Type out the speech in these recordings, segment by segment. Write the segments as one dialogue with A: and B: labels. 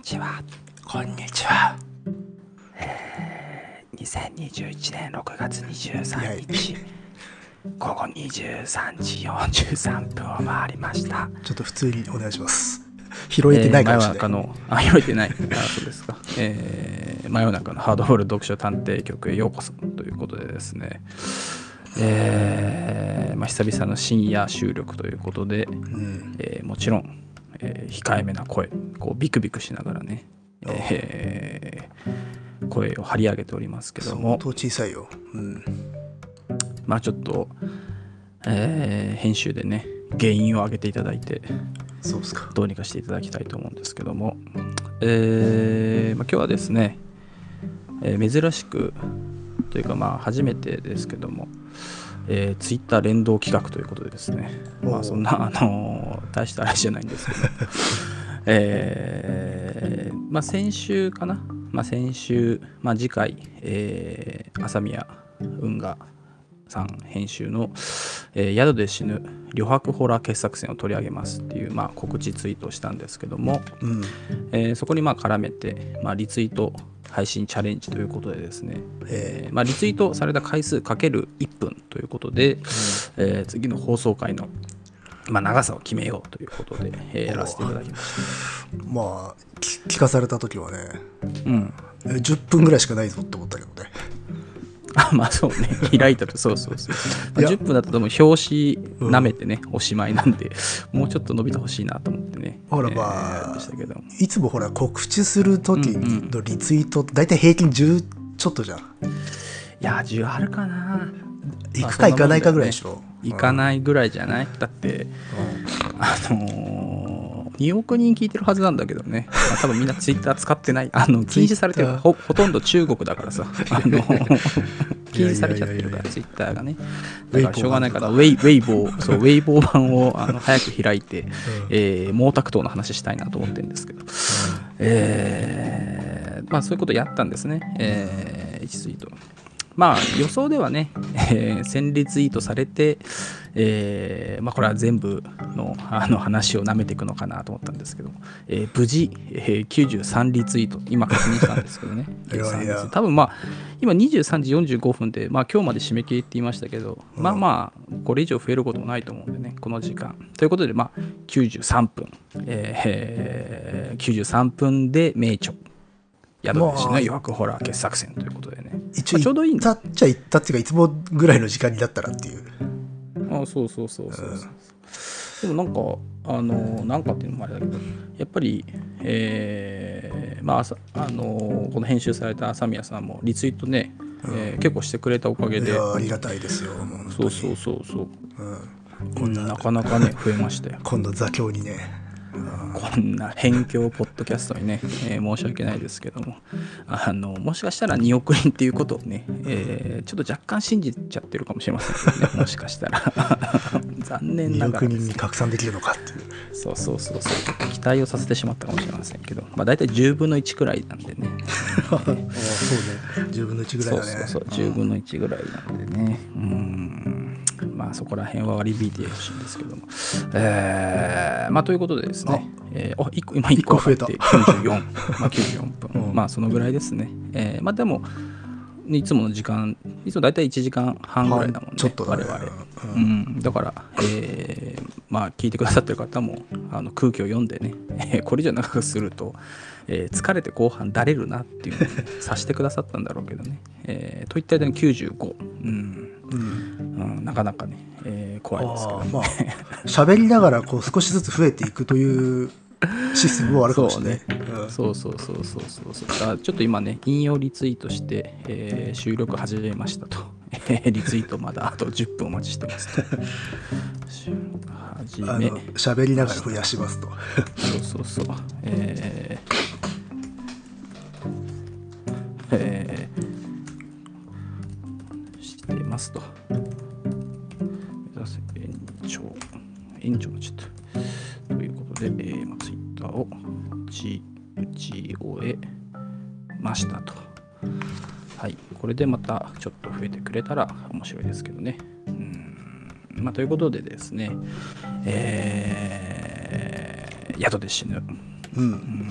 A: ちは。こんにちは。えー、2021年6月23日、午後23時43分を回りました。
B: ちょっと普通にお願いします。拾えてないかもしれな
A: え
B: い。
A: ー真夜中の、あ、拾え てない。あ、そうですか。えー、真夜中のハードボール読書探偵局へようこそということでですね。えー、まあ、久々の深夜収録ということで、
B: うん、
A: えーもちろん、えー控えめな声こうビクビクしながらね、えー声を張り上げておりますけど
B: 相
A: も
B: 当小さいよ。うん、
A: まあちょっと、えー編集でね原因を上げていただいて
B: そうですか。
A: どうにかしていただきたいと思うんですけども、えーまあ、今日はですね、えー珍しくというかまあ初めてですけども、えー、ツイッター連動企画ということでですねま
B: お
A: あ
B: う
A: そんなあのー大した話じゃないんですけどえーまあ先週かな、まあ、先週、まあ、次回、えー、朝宮運河さん編集の、えー宿で死ぬ旅白ホラー傑作選を取り上げますっていう、まあ、告知ツイートをしたんですけども、
B: うん、
A: えーそこにまあ絡めて、まあ、リツイート配信チャレンジということでですね、
B: え
A: えーまあ、リツイートされた回数かける1分ということで、えー次の放送回の、まあ、長さを決めようということで、えーやらせていただきまし
B: まあき聞かされた時はね、
A: た。うん
B: え10分ぐらいしかないぞって思ったけどね。
A: あまあそうね 開いたとそうそうそう、まあ
B: いや
A: 10分だと多分表紙舐めてね、おしまいなんでもうちょっと伸びてほしいなと思ってね
B: ほらま
A: え
B: あ
A: ーやりましたけど
B: いつもほら告知する時のリツイート、大体平均10ちょっとじゃん。
A: いや10あるかな
B: 行くか行かないかぐらいでしょ。
A: 行かないぐらいじゃないだってあのー2億人聞いてるはずなんだけどね、まあ多分みんなツイッター使ってない、あの禁止されてる
B: Twitter
A: ほほとんど中国だからさ、あの禁止されちゃってるか
B: いやいやいやい
A: ら、
B: や
A: ツイッターがね、だからしょうがないから、ウェイウェイボー、そうウェイボー版をあの早く開いて、えー毛沢東の話したいなと思ってるんですけど、えーまあ、そういうことやったんですね、えー、1ツイート。まあ予想ではね、えー、1000リツイートされて、えーまあ、これは全部のあの話を舐めていくのかなと思ったんですけど、えー無事、えー、93リツイート、今確認したんですけどね、
B: いやいや
A: 多分まあ、今23時45分で、まあ今日まで締め切りって言いましたけど、まあまあ、これ以上増えることもないと思うんでね、この時間。ということで、まあ93分、えー、93分で名著、宿で死ぬ余白ホラー傑作選ということでね。
B: 一応
A: まあちょうどいい
B: 行
A: ん
B: っ
A: だ
B: たっちゃ行ったっていうか、いつもぐらいの時間になったらっていう。
A: あそうそうそうそうそうそう、でもなんかあのなんかっていうのもあれだけどやっぱりえーまあ朝あのこの編集された朝宮さんもリツイートね、えー結構してくれたおかげ
B: い
A: で
B: やありがたいですよ。本当
A: そう
B: に
A: そうそうそう
B: うん、
A: こんななかなかね増えましたよ
B: 今度座興にね。
A: こんな辺境ポッドキャストにね、えー申し訳ないですけどもあのもしかしたら2億人っていうことをね、えーちょっと若干信じちゃってるかもしれませんけどねもしかしたら 残念な
B: 2
A: が
B: 億
A: ら
B: 人に拡散できるのかっていう。
A: そうそうそうそう期待をさせてしまったかもしれませんけど、まあ、大体10分の1くらいなんでね
B: あそうね。10分の1ぐらい
A: そう
B: だね。
A: そうそう10分の1ぐらいなんでねうんまあそこら辺は割り引いてほしいんですけどもえー、まあということでですねえー、あ一個今1個
B: 一個増えた
A: 上がって94、まあ、94分、
B: うん
A: まあそのぐらいですねえー、まあでもいつもの時間いつも大体1時間半ぐらいだもんね
B: ちょっとだね
A: 我々うん、だから、えーまあ、聞いてくださってる方もあの空気を読んでね、 えーこれ以上長くすると、えー疲れて後半だれるなっていうのをね察してくださったんだろうけどね、えーといった間に95、うん
B: うん
A: うん、なかなかね、えー怖いですけ
B: あ
A: ど
B: あまあ喋りながらこう少しずつ増えていくというシステムもあるかもしれない。うん
A: そうそうそうそうそうそうだからちょっと今ね引用リツイートして、えー収録始めましたと リツイートまだあと10分お待ちしてます と 収録始
B: あ
A: め
B: の喋りながら増やしますと。
A: そうそうそう。えーえーしてますと。目指せ延長。延長のちょっと。ということで、えーまあ、ツイッターを打ち打ち終えましたと。はい。これでまたちょっと増えてくれたら面白いですけどね。うん。まあ、ということでですね。えー宿で死ぬ。
B: うん。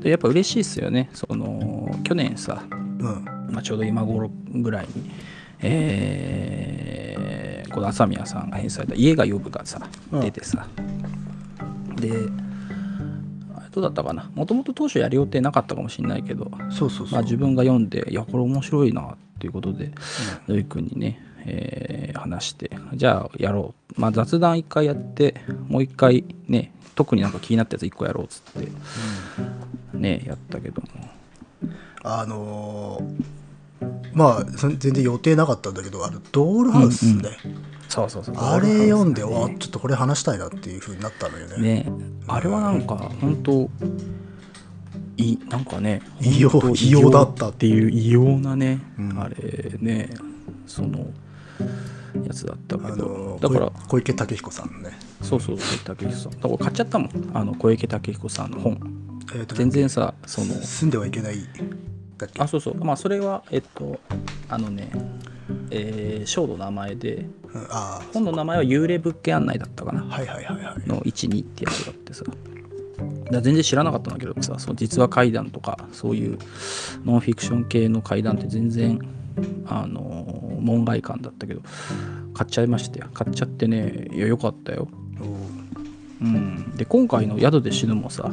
A: でやっぱ嬉しいですよねその去年さ、
B: うん。
A: まあ、ちょうど今頃ぐらいに、えーこの朝宮さんが返済された「家が呼ぶ」がさ
B: うん
A: 出てさ、であれどうだったかなもともと当初やる予定なかったかもしれないけど、
B: そうそうそう。
A: まあ、自分が読んでいやこれ面白いなっていうことで土井君にね、えー話してじゃあやろう、まあ、雑談一回やってもう一回ね特になんか気になったやつ一個やろうっつってねやったけども
B: あのーまあ、そん全然予定なかったんだけど、あのドールハウスね。
A: そうそうそう
B: あれ読んで、わちょっとこれ話したいなっていうふうになったのよね。
A: ねあれはなんか本当いいなんかね
B: 異様
A: 本当
B: 異様だった
A: っていう異様なね、
B: うん
A: あれねそのやつだったけ
B: あ
A: ど
B: のー
A: だから
B: 小小池武彦さんのね。
A: そうそう小池武彦さんだから買っちゃったもんあの小池武彦さんの本
B: えーと
A: 全然さその
B: 住んではいけないだっけ
A: あそうそうまあそれはえっとあのねえー、章の名前で
B: うんあ
A: 本の名前は幽霊物件案内だったかな
B: あはいはいはいはい
A: の12ってやつがあってさだから全然知らなかったんだけどさその実話怪談とかそういうノンフィクション系の怪談って全然あのー門外観だったけど買っちゃいましたよ買っちゃってねいやよかったよ、
B: おー
A: うん、で今回の「宿で死ぬ」もさ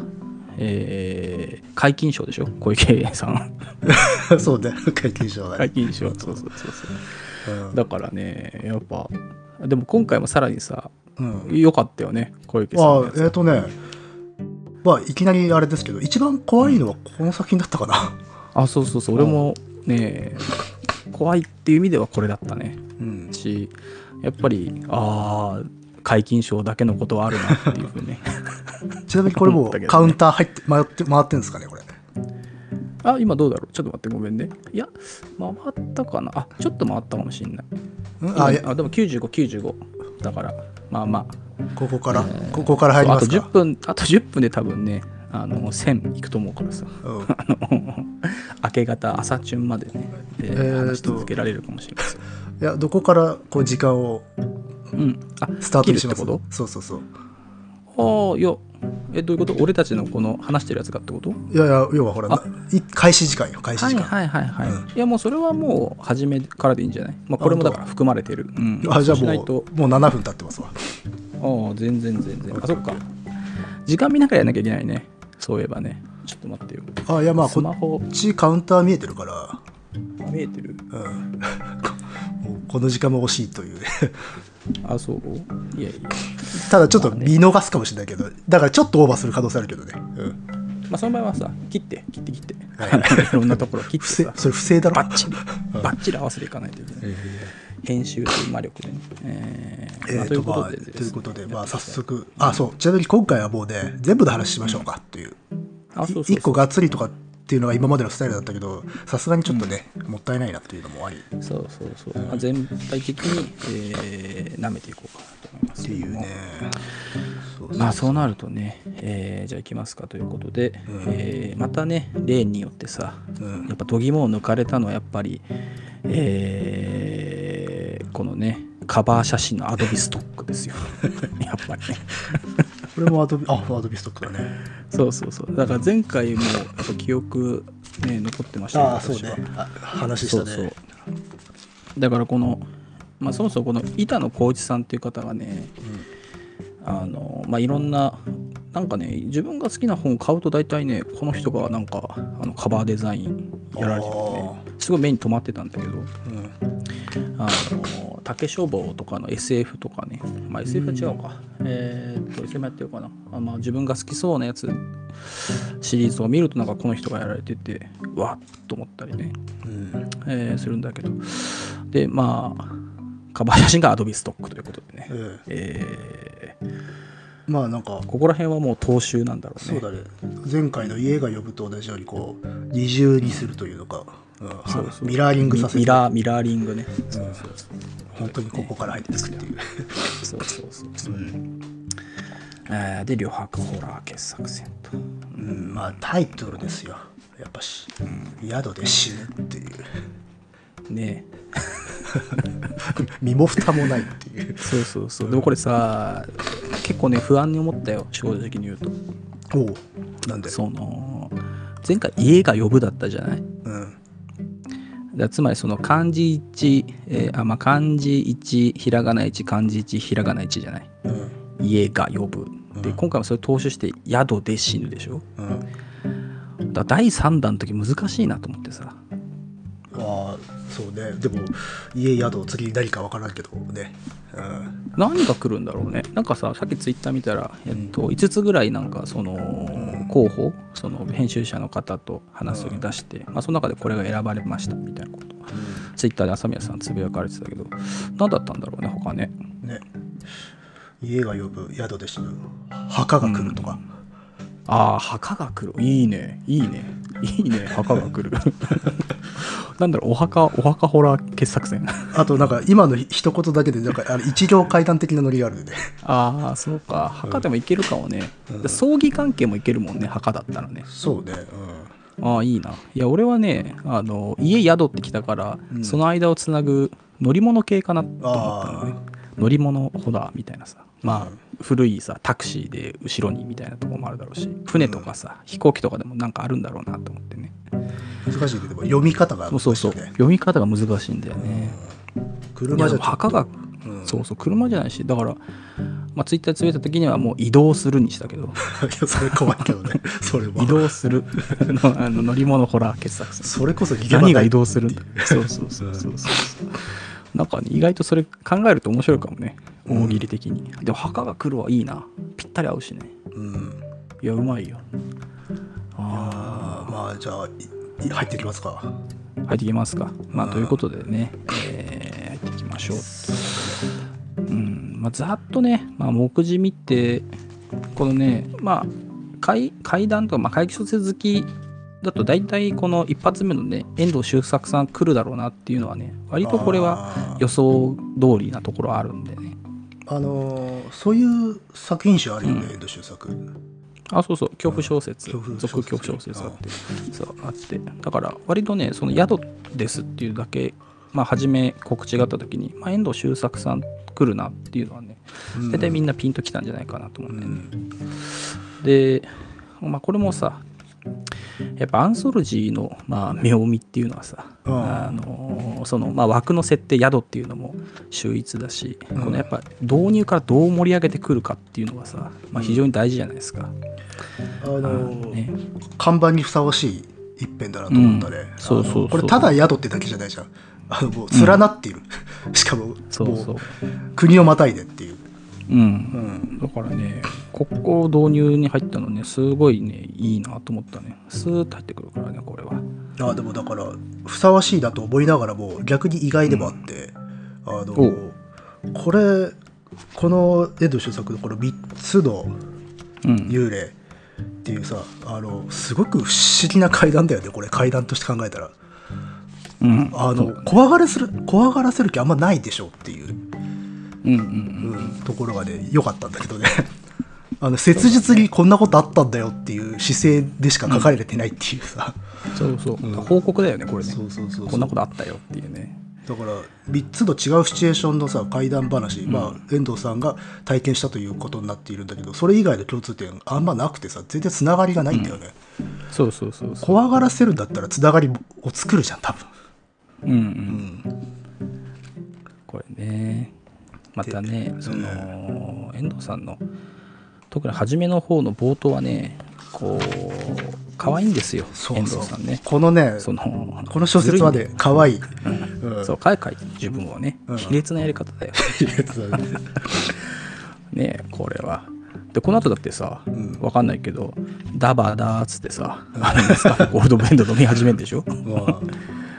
A: えー、解禁賞でしょ小池さん
B: そうね解禁賞だ
A: 解
B: ね、
A: 禁賞そうそうそうそう
B: うん
A: だからねやっぱでも今回もさらにさ
B: うん
A: 良かったよね小池さん
B: あ
A: の
B: あ
A: やつ
B: えっ、とねまあいきなりあれですけど一番怖いのはこの作品だったかな
A: あそうそうそう俺もね怖いっていう意味ではこれだったね
B: うん
A: しやっぱりああ解禁症だけのことはあるなっていうふ うね
B: ちなみにこれ
A: 思
B: も
A: ったけどね
B: カウンター入って回って回ってんですかねこれ
A: あ今どうだろうちょっと待ってごめんねいや回ったかなあちょっと回ったかもしんない
B: うんあい
A: 今
B: や
A: あでも9595だからまあま
B: ここから、
A: えー
B: ここから
A: あ
B: 入り
A: あ
B: ま
A: と
B: す
A: 10
B: か
A: 分あと10分で多分ねあの1000いくと思うからさ
B: うん
A: あの 明け方朝中までね、えー
B: えーと
A: 話し続けられるかもしれないです、
B: いやどこからこう時間を
A: うん、あ
B: スタートにします
A: 切るってこと
B: そうそうそう
A: ああいやえどういうこと俺たちのこの話してるやつがってこと
B: いやいや要はほら
A: あ
B: い開始時間よ開始
A: はい
B: 時間、
A: はいはいはい、
B: うん
A: いやもうそれはもう初めからでいいんじゃない、まあ、これもだから含まれてる、うん、
B: あじゃあ
A: そうしな
B: も
A: いうと
B: もう7分経ってますわ
A: ああ全然全然あそっか時間見ながらやんなきゃいけないねそういえばねちょっと待ってよ
B: あいやまあ
A: ス
B: こ
A: マ
B: っ
A: ホ
B: ちカウンター見えてるから
A: あ見えてる
B: うん、この時間も惜しいという
A: あそういやいや
B: ただちょっと見逃すかもしれないけどだからちょっとオーバーする可能性あるけどね、うん、
A: まあその場合はさ切って切って切って
B: はい
A: いろんなところ切って
B: 不正
A: さ
B: それ不正だろ
A: バッチリバッチリ合わせていかないといけない、編集という魔力でね、え
B: え
A: ーまあ
B: ー
A: とい
B: と
A: うこ
B: まあ
A: と
B: と
A: でです
B: いうことで、まあ、早
A: やっていきたい
B: 速あそうちなみに今回はもうね全部の話しましょうかという
A: あそうそうそう
B: 1個がっつりとかっていうのが今までのスタイルだったけどさすがにちょっとね、もったいないなっていうのもありっ
A: そうそうそう、まあ、全体的に、えー、舐めていこうかなと思います
B: ていうねそうそう
A: まあそうなるとね、えーじゃあ行きますかということで、えーまたね例によってさ、
B: うん
A: やっぱ度肝を抜かれたのはやっぱり、えーこのねカバー写真のアドビストック ですよやっぱりね
B: これもアドビあアドビストックだね
A: そうそうそうだから前回もやっぱ記憶ね残ってましたよ
B: ああそうねあ話したね
A: そうそうだからこの、まあ、そもそもこの板野浩一さんっていう方がね、あのまあ、いろんななんかね自分が好きな本を買うと大体ねこの人がなんかあのカバーデザインやられててねすごい目に留まってたんだけど
B: うん
A: あの竹書房とかの SF とかね、まあ、SF は違うか、えーっと SF やってるかなあ、まあ、自分が好きそうなやつシリーズを見るとなんかこの人がやられててわっと思ったりね
B: うん
A: えーするんだけどでまあカバー写真がアドビストックということでね、
B: うん
A: えー
B: まあなんか
A: ここら辺はもう踏襲なんだろう
B: そ
A: ね
B: うだね前回の家が呼ぶと同じようにこう二重にするというのか、うん
A: そうそう
B: ミラーリングさせ
A: ミ
B: る
A: ラーミラーリングね、
B: うん本当にここから入ってくっていう、
A: そうそうそうそう、えーで両白ホラー傑作選と
B: うん、まあタイトルですよやっぱし、宿で死ぬっていう
A: ね
B: 身も蓋もないっていう
A: そうそうそうでもこれさ結構ね不安に思ったよ正直に言うと
B: おうなんで
A: その前回家が呼ぶだったじゃない
B: うん
A: だつまりその漢字1、えーあまあ、漢字1ひらがな1漢字1ひらがな1じゃない
B: うん
A: 家が呼ぶで
B: うん
A: 今回もそれ踏襲して宿で死ぬでしょ
B: うん
A: だから第3弾の時難しいなと思ってさ
B: ああそうねでも家宿次に何か分からんけどねうん
A: 何が来るんだろうねなんかささっきツイッター見たら、えっと、5つぐらいなんかその候補その編集者の方と話を出して、まあ、その中でこれが選ばれましたみたいなことツイッターで朝宮さんつぶやかれてたけど何だったんだろうね他ね
B: ね家が呼ぶ宿で死ぬ墓が来るとか、
A: ああ墓が来るいいねいいね いいね墓が来 るなんだろうお墓お墓ホラー傑作戦
B: あとなんか今の一言だけでなんかあれ一行階段的なノリがあるよね
A: ああそうか墓でもいけるかもね、
B: うん
A: 葬儀関係もいけるもんね墓だったらね
B: そうね
A: ああいいないや俺はねあの家宿ってきたから、
B: うん
A: その間をつなぐ乗り物系かなと思ったのね
B: あ
A: 乗り物ホラーみたいなさまあ、
B: うん
A: 古いさタクシーで後ろにみたいなとこもあるだろうし船とかさ、飛行機とかでもなんかあるんだろうなと思ってね
B: 難しいけどでも読み方が
A: そうそうそう
B: 難しいよね
A: 読み方が難しいんだよね、い
B: 車
A: や
B: じ
A: で
B: ゃ
A: も墓が、
B: うん
A: そうそう車じゃないしだから、まあ、ツイッターでつぶやいた時にはもう移動するにしたけど
B: いやそれ怖いけどね それは
A: 移動するの あの乗り物ホラー傑作戦
B: それこそ逃げ場ない
A: 何が移動するんだそうそうそうそうそうなんかね意外とそれ考えると面白いかもね
B: うん
A: 大喜利的に、でも墓が来るはいいなぴったり合うしね
B: うん
A: いやうまいよあ
B: あーまあじゃあいい入ってきますか
A: あ入ってきますかまあ
B: うん
A: ということでね、えー入っていきましょううんまあざっとね、まあ、目次見てこのねまあ会会談とか、まあ、会議小説好きだと大体この一発目のね遠藤周作さん来るだろうなっていうのはね割とこれは
B: あー
A: 予想通りなところあるんでね
B: あのーそういう作品集あるよね、
A: うん
B: 遠藤周作
A: あそうそう恐怖小説
B: 恐怖小説
A: 続恐怖小説あってそうあってだから割とねその宿ですっていうだけまあ初め告知があった時に、まあ、遠藤周作さん来るなっていうのはね大体みんなピンときたんじゃないかなと思う
B: うんん、
A: だよね、で、まあ、これもさやっぱアンソロジーの、まあ、妙味っていうのはさ、
B: うん
A: あのそのまあ、枠の設定宿っていうのも秀逸だし、
B: うん
A: このやっぱ導入からどう盛り上げてくるかっていうのがさ、まあ、非常に大事じゃないですか。
B: あのー
A: ね、
B: 看板にふさわしい一編だなと思ったね、
A: んそうそうそう
B: あのこれただ宿ってだけじゃないじゃんあのもう連なっている、 しかも
A: そうそう
B: もう国をまたいでっていう、
A: う、
B: うんん、
A: だからねここ導入に入ったのねすごいねいいなと思ったねスーッと入ってくるからねこれは。
B: あでもだからふさわしいなと思いながらも逆に意外でもあって、あのーこれこの遠藤周作のこの3つの
A: うん、
B: 幽霊っていうさあのすごく不思議な階段だよねこれ階段として考えたら
A: うん、
B: あ
A: そ
B: の
A: う
B: 怖がらせる怖がらせる気あんまないでしょっていう、
A: うんうんうん
B: うんところがね良かったんだけどね あの切実にこんなことあったんだよっていう姿勢でしか書かれてないっていうさ、
A: そうそう、
B: うん
A: 報告だよねこれね
B: うそうそ
A: こんなことあったよっていうね
B: だから3つの違うシチュエーションのさ怪談話、まあ、遠藤さんが体験したということになっているんだけどそれ以外の共通点あんまなくてさ全然つながりがないんだよね、
A: そうそうそうそう
B: 怖がらせるんだったらつながりを作るじゃん多分
A: うんうん、これねまたねその、遠藤さんの特に初めの方の冒頭はねこう可愛いんですよ遠藤さんね
B: このね
A: その
B: この小説は
A: ず
B: ね可愛い
A: るいね
B: うん
A: そうかいかい自分をね、
B: うん
A: 卑劣なやり方だよ
B: いいやつだね
A: ねこれはでこの後だってさ、
B: ん
A: わかんないけどダバダーっつってさ、あの スタッフゴールドブレンド飲み始めるでしょ
B: まあ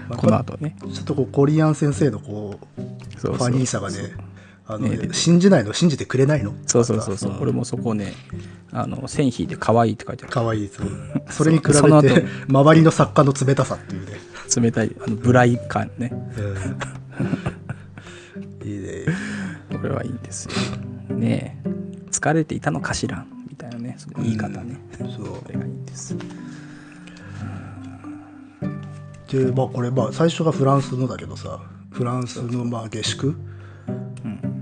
B: まあ
A: この後ね
B: ちょっとこうコリアン先生のこう
A: そうそう
B: ファニーさがねあの
A: ね出て
B: 信じないの信じてくれないの
A: そうそうそうそう、
B: ん
A: 俺もそこをねあの線引いて可愛いって書いてあ
B: 可愛いそうそれに比べて
A: その後
B: 周りの作家の冷たさっていうね、
A: る冷たいあのブライ感ね
B: いいね
A: これはいいんですよねえ疲れていたのかしらんみたいなねその言い方ね、
B: そう
A: これがいいんです
B: でまあこれまあ最初がフランスのだけどさフランスのまあ下宿、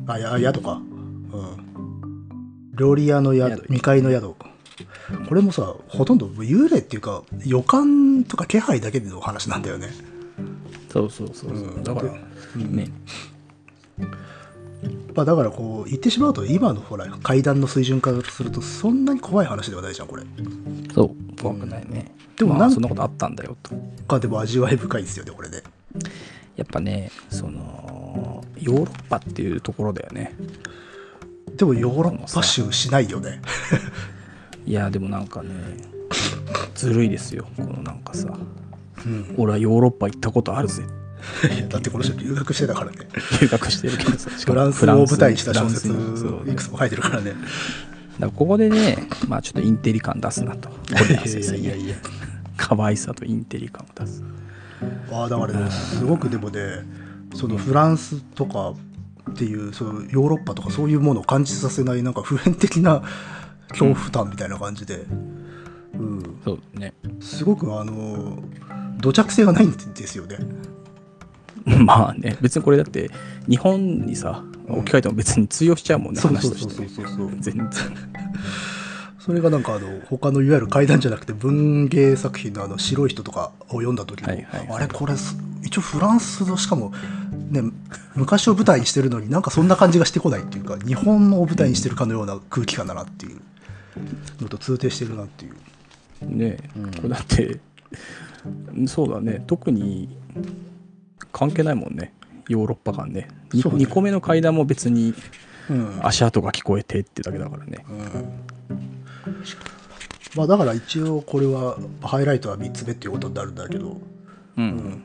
B: あや宿かうん料理屋の宿
A: 宿
B: 2階の宿これもさほとんど幽霊っていうか予感とか気配だけでの話なんだよね
A: そうそうそうそう、
B: うん
A: だから、
B: で
A: ね
B: まあだからこう言ってしまうと今のほら階段の水準からするとそんなに怖い話ではないじゃんこれ
A: そう怖くないね、
B: でも
A: まあ
B: なん
A: そんなことあったんだよと
B: かでも味わい深いですよねこれね
A: やっぱねそのヨーロッパっていうところだよね
B: でもヨーロッパ州しないよね
A: いやでもなんかね ずるいですよこのなんかさ、俺はヨーロッパ行ったことあるぜ
B: いやだってこの人留学してたからね
A: 留学してるけどさしかも
B: フランスを舞台にした小説
A: フランスそう
B: いくつも書いてるから
A: だ
B: ね
A: からここでね、まあ、ちょっとインテリ感出すなと。
B: いやいやいや
A: 可愛さとインテリ感を出す。
B: ああだからねすごくでもねそのフランスとかっていうそのヨーロッパとかそういうものを感じさせないなんか普遍的な恐怖感みたいな感じで、うん、
A: そうね。
B: すごくあの土着性がないんですよね。
A: まあね、別にこれだって、日本にさ、置き換えても別に通用しちゃうもんね、
B: そう
A: 話
B: そう
A: と
B: そう
A: して
B: そう
A: ね。
B: そうそう。
A: 全然。
B: それがなんかあの他のいわゆる怪談じゃなくて文芸作品のあの白い人とかを読んだ時も、
A: はいはいはい
B: あれこれす一応フランスのしかもね昔を舞台にしてるのになんかそんな感じがしてこないっていうか日本を舞台にしてるかのような空気感だなっていうのと通底してるなっていう。
A: ねえ、これだって、うんそうだね、特に関係ないもんね、ヨーロッパ感ね。に
B: そうね
A: 2個目の階段も別に
B: うん
A: 足跡が聞こえてってだけだからね。
B: まあ、だから一応これはハイライトは3つ目っていうことになるんだけど。
A: うん。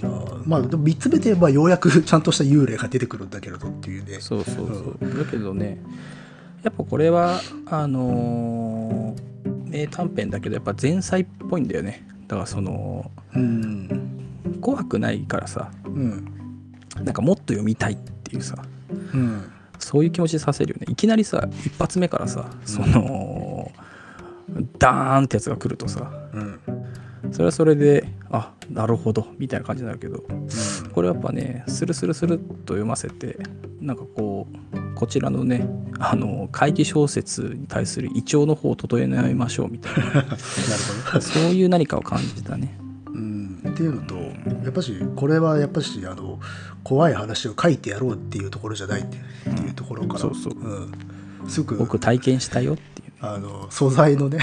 B: いやーまあ、でも3つ目で、まあ、ようやくちゃんとした幽霊が出てくるんだけれどっていうね
A: そうそうそう。だけどね、やっぱこれは、あのー名短編だけど、やっぱ前菜っぽいんだよね。だからその、
B: うん
A: 怖くないからさ、
B: うん
A: なんかもっと読みたいっていうさ、
B: うん
A: そういう気持ちさせるよね。いきなりさ、一発目からさ、その、ダーンってやつが来るとさ、
B: うん
A: それはそれで、あ、なるほど、みたいな感じになるけど、これやっぱねスルスルスルっと読ませてなんかこうこちらのねあの怪奇小説に対する胃腸の方を整えましょうみたいな
B: なるほど
A: そういう何かを感じたね
B: うん、っていうのとやっぱしこれはやっぱしあの怖い話を書いてやろうっていうところじゃないっていうところから、
A: そうそうん
B: すご
A: 僕
B: く
A: 体験したよっていう
B: あの素材のね、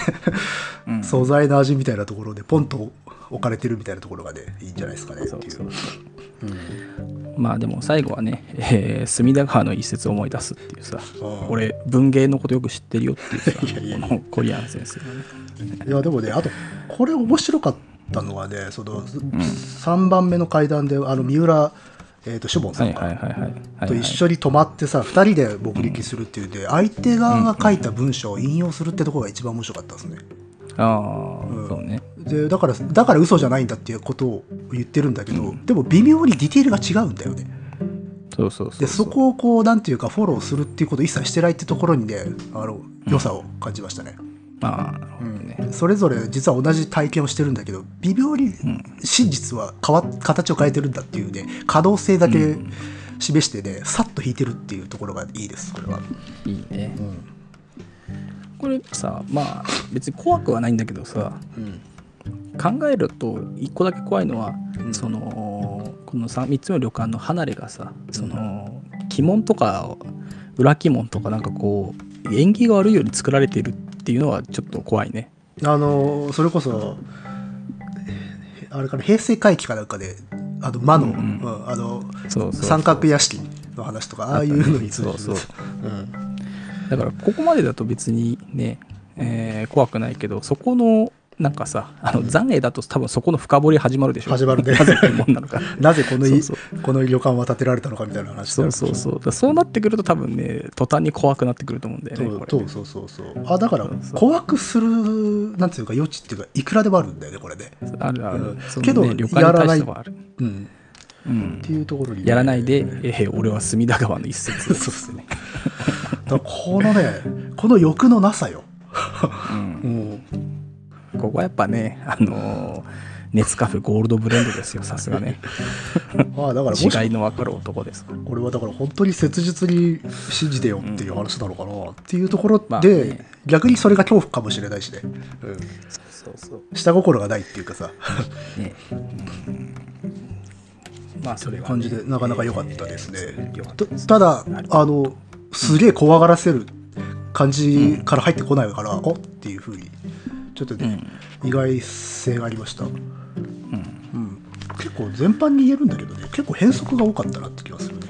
A: うん
B: 素材の味みたいなところでポンと置かれてるみたいなところがねいいんじゃないですかねって
A: そう
B: いう
A: そう
B: うん
A: まあでも最後はね、えー隅田川の一節を思い出すっていうさ
B: ああ
A: 俺文芸のことよく知ってるよっていうさ
B: いやいや
A: このコリアン先生がね
B: いやでもねあとこれ面白かったのがねその、3番目の階段であの三浦、えー、とシュボンさ
A: は
B: ん
A: い
B: か、
A: はいはいはいはいは
B: と
A: い
B: 一緒に泊まってさ2人で目撃するっていうんで相手側が書いた文章を引用するってところが一番面白かったですね。
A: ああそうね
B: でだからだから嘘じゃないんだっていうことを言ってるんだけど、でも微妙にディテールが違うんだよね。
A: そうそうそう
B: でそこをこうなんていうかフォローするっていうことを一切してないってところにねあの良さを感じましたね。
A: まあなるほどね、
B: それぞれ実は同じ体験をしてるんだけど微妙に真実は変わっ形を変えてるんだっていうね可能性だけ示してね、さっと引いてるっていうところがいいですこれは。
A: いいね、これさまあ別に怖くはないんだけどさ
B: うん
A: 考えると一個だけ怖いのは、そのこの 3, つ目の旅館の離れがさその鬼門とかを裏鬼門とかなんかこう縁起が悪いように作られてるっていうのはちょっと怖いね
B: あのそれこそえあれから平成回帰かなんかであの魔の,うん、あの
A: そうそう
B: 三角屋敷の話とかああいうのに通じる
A: そうそう
B: うん
A: だからここまでだと別にね、えー怖くないけどそこのなんかさあの残影だと多分そこの深掘り始まるでしょ
B: 始まるね
A: なぜ 鬼門なの か
B: なぜこのい
A: そう
B: この旅館は建てられたのかみたいな話
A: そうそうそう。だからそうなってくると多分ね、途端に怖くなってくると思うんだよ
B: そ
A: ね、
B: う
A: これ
B: そ
A: ね。
B: うそうそうそうあだから
A: そうそう
B: 怖くするなんていうか余地っていうかいくらでもあるんだよねこれね、
A: あるあ
B: う
A: る
B: ん。
A: そのね
B: けど
A: 旅館に対してはある。
B: うん、
A: うん
B: っ。ていうところにね、
A: やらないで、えー俺は隅田川の一節ですね。
B: だからこのねこの欲のなさよ、
A: うん
B: うん、
A: ここはやっぱね、あのー熱カフェゴールドブレンドですよ、さすがね。
B: あまあだからもし
A: 違いの分かる男ですから
B: これはだから本当に切実に信じてよっていう話なのかなっていうところで、
A: まあね
B: 逆にそれが恐怖かもしれないしね、
A: そうそう
B: 下心がないっていうかさ
A: ねまあそれは、ね、
B: 感じでなかなか良かったですね
A: 良かった
B: た
A: です
B: ただ
A: なるほ
B: あのすげえ怖がらせる感じから入ってこないから、おっていうふうにちょっとね、意外性がありました、うん結構全般に言えるんだけどね結構変則が多かったなって気がするね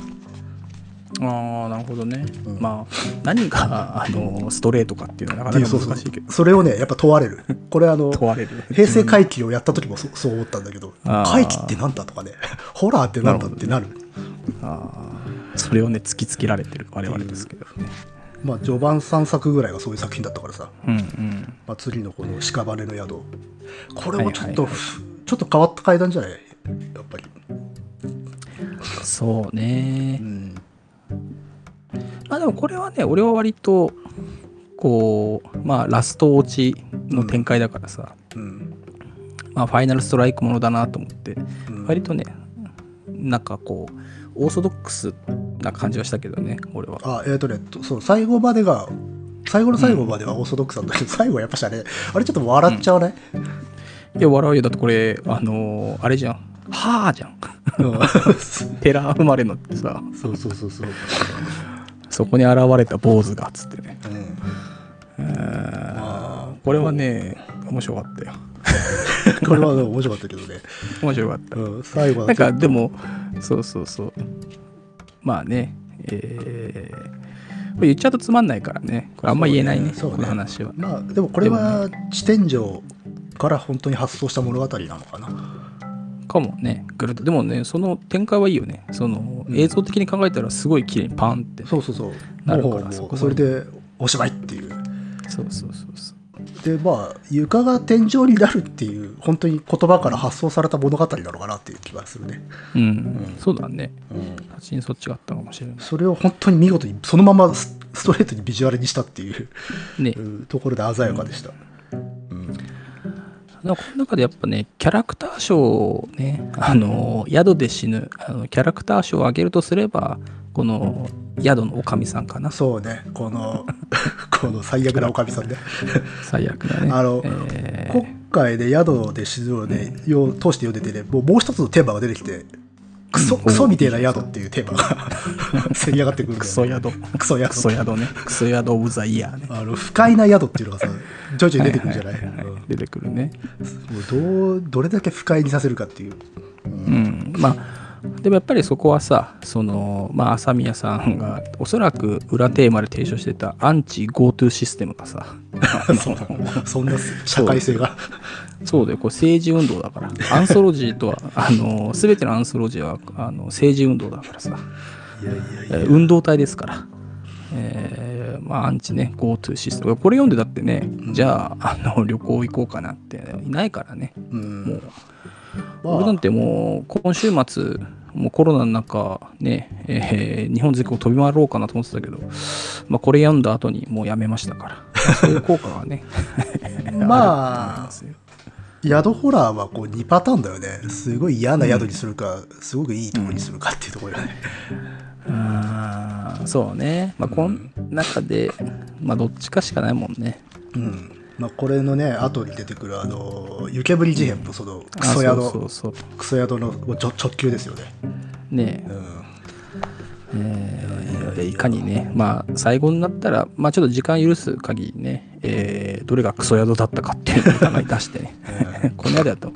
A: ああなるほどね、まあ何があのストレートかっていうのはなかな
B: そ
A: か
B: うそう
A: 難
B: そ
A: しいけど
B: うそれをねやっぱ問われるこれあの
A: 問われる
B: 平成回帰をやった時もそそう 思ったんだけど
A: あー
B: 回帰ってなんだとかね ホラーってなんだってなる
A: あーそれをね突きつけられてる我々ですけど、
B: まあ序盤3作ぐらいがそういう作品だったからさ、
A: うんうん
B: まあ、次のこの屍の宿これもちょっと、
A: はいはいは
B: ちょっと変わった階段じゃないやっぱり
A: そうね
B: うん
A: まあでもこれはね俺は割とこうまあラスト落ちの展開だからさ、
B: うん
A: まあファイナルストライクものだなと思って
B: うん
A: 割とねなんかこうオーソドックスな感じはしたけどね俺は
B: あえっ、とねとそう最後までが最後の最後まではオーソドックスなんだけど、最後はやっぱしあれあれちょっと笑っちゃわない、
A: いや笑うよだってこれあのーあれじゃんはあじゃん
B: うん そ
A: ペラ生まれのってさ
B: うそうそうそう、
A: そこに現れた坊主がっつってね
B: うん、
A: うーん
B: あ
A: これはね面白かったよ
B: ーこれはでも面白かったけどね、
A: 面白かった
B: うん、最後
A: な
B: だ
A: ん
B: と
A: かでもそうそうそうまあねえーこれ言っちゃうとつまんないからねこれあんま言えないね
B: そうねそうね
A: この話は
B: まあでもこれは地点上から本当に発想した物語なのかな。
A: かもねぐるっとでもねその展開はいいよねその映像的に考えたらすごい綺麗にパンって
B: そうそうそう。
A: なるほ
B: も
A: ど
B: う
A: そ
B: も
A: こ
B: うそれでおしまいっていう。
A: そうそうそうそう
B: でまあ床が天井になるっていう本当に言葉から発想された物語なのかなっていう気がするね。
A: うん、そうだね写真そっちがあったのかもしれない
B: それを本当に見事にそのままスストレートにビジュアルにしたっていう
A: ね
B: うんところで鮮やかでした。うん
A: なんかこの中でやっぱねキャラクター賞をねあの宿で死ぬあのキャラクター賞をあげるとすればこの宿のおかみさんかな
B: そうねこの この最悪なおかみさんね。
A: 最悪だね
B: あの
A: えー
B: 今回で宿で静岡で、よ通して読んでてねもうもう一つのテーマが出てきてクソ
A: うん
B: クソみてえな宿っていうテーマがせり上がってくるんだよね
A: クソ宿
B: クソ宿
A: クソ 宿ねクソ宿オブザイヤーね
B: あの不快な宿っていうの がさ徐々に出てくるんじゃないうんも
A: 出てくるね
B: うどうどれだけ不快にさせるかっ ていう
A: うんまあでもやっぱりそこはさそのまあ朝宮さんがおそらく裏テーマで提唱してたアンチ GoTo システムがさ
B: そんな社会性が
A: そうだよこれ政治運動だからアンソロジーとはあの全てのアンソロジーはあの政治運動だからさ
B: いやい
A: えー運動体ですから、えーまあアンチね GoTo システムこれ読んでだってね、じゃああの旅行行こうかなっていないからね
B: うんま
A: 俺な
B: あ
A: んてもう今週末もうコロナの中ね、えー日本全国飛び回ろうかなと思ってたけど、まあ、これ読んだ後にもうやめましたからそういう効果は ね
B: まあ
A: ると思いますよ
B: 宿ホラーはこう2パターンだよねすごい嫌な宿にするか、すごくいいとこにするかっていうところよね、
A: あーそうね、まあ、この中で、まあ、どっちかしかないもんね
B: うんまあ、これのね後に出てくるあの湯煙事変もそのクソ
A: あそうそ
B: 宿
A: うそう
B: クソ宿のもうちょ直球ですよね、
A: ね
B: う
A: え
B: ん、
A: えーいかにねまあ最後になったら、まあ、ちょっと時間許す限りね、えーどれがクソ宿だったかっていうのをお互い出してねこんな宿だと、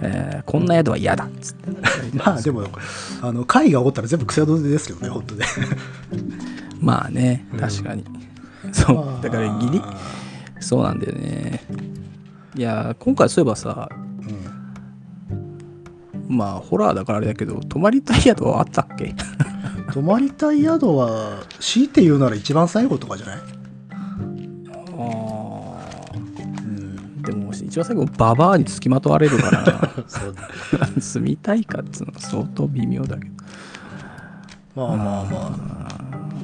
A: えーこんな宿は嫌だっつって
B: まあでもあの会が起こったら全部クソ宿ですけどね本当ね
A: まあね確かに、そうだからギリ
B: まあ
A: そうなんだよねいやー今回そういえばさ
B: うん
A: まあホラーだからあれだけど泊まりたい宿はあったっけ
B: 泊まりたい宿は強いて言うなら一番最後とかじゃない、
A: あ
B: うん、
A: ーでも一番最後ババアにつきまとわれるから
B: そうだ
A: 住みたいかっつうのは相当微妙だけど
B: まあまあまあ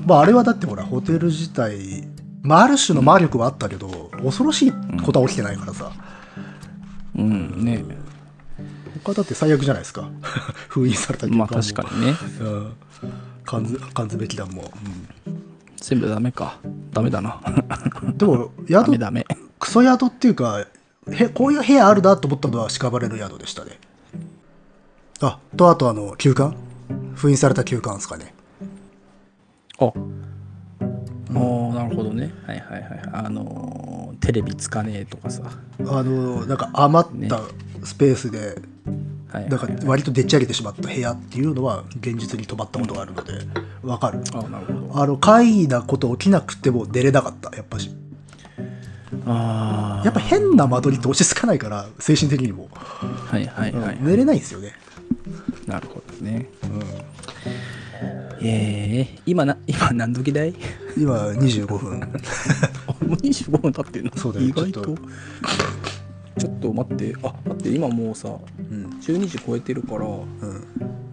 B: まああれはだってほらホテル自体まあある種の魔力はあったけど、恐ろしいことは起きてないからさ、
A: うんね
B: 他だって最悪じゃないですか 封印された
A: まあ確かにね
B: に、うん、缶詰缶詰劇団も、
A: 全部ダメかダメだ な
B: うんでも
A: ダ
B: 宿
A: メダメ
B: クソ宿っていうかへこういう部屋あるなと思ったのは屍の宿でしたねあとあとあの休館封印された休館ですかね
A: あ、あーなるほどねはいはいはいあのーテレビつかねえとかさ
B: あのなんか余った
A: ね
B: スペースで、
A: はい
B: なんか
A: はいはい
B: 割とでっち上げてしまった部屋っていうのは現実に止まったことがあるのでわかる
A: あなるほど
B: あの怪異なこと起きなくても出れなかったやっぱし
A: あ
B: やっぱ変な間取りって落ち着かないから精神的にも、
A: あはいはいはい、
B: 寝れないんですよね
A: なるほどね、ええ今な今何時だい
B: 今25分
A: もう25分経ってんの
B: そうだよ
A: 意外
B: ちょ
A: と
B: っ
A: ちょっと待ってあ待って今もうさ
B: うん
A: 12時超えてるから
B: うん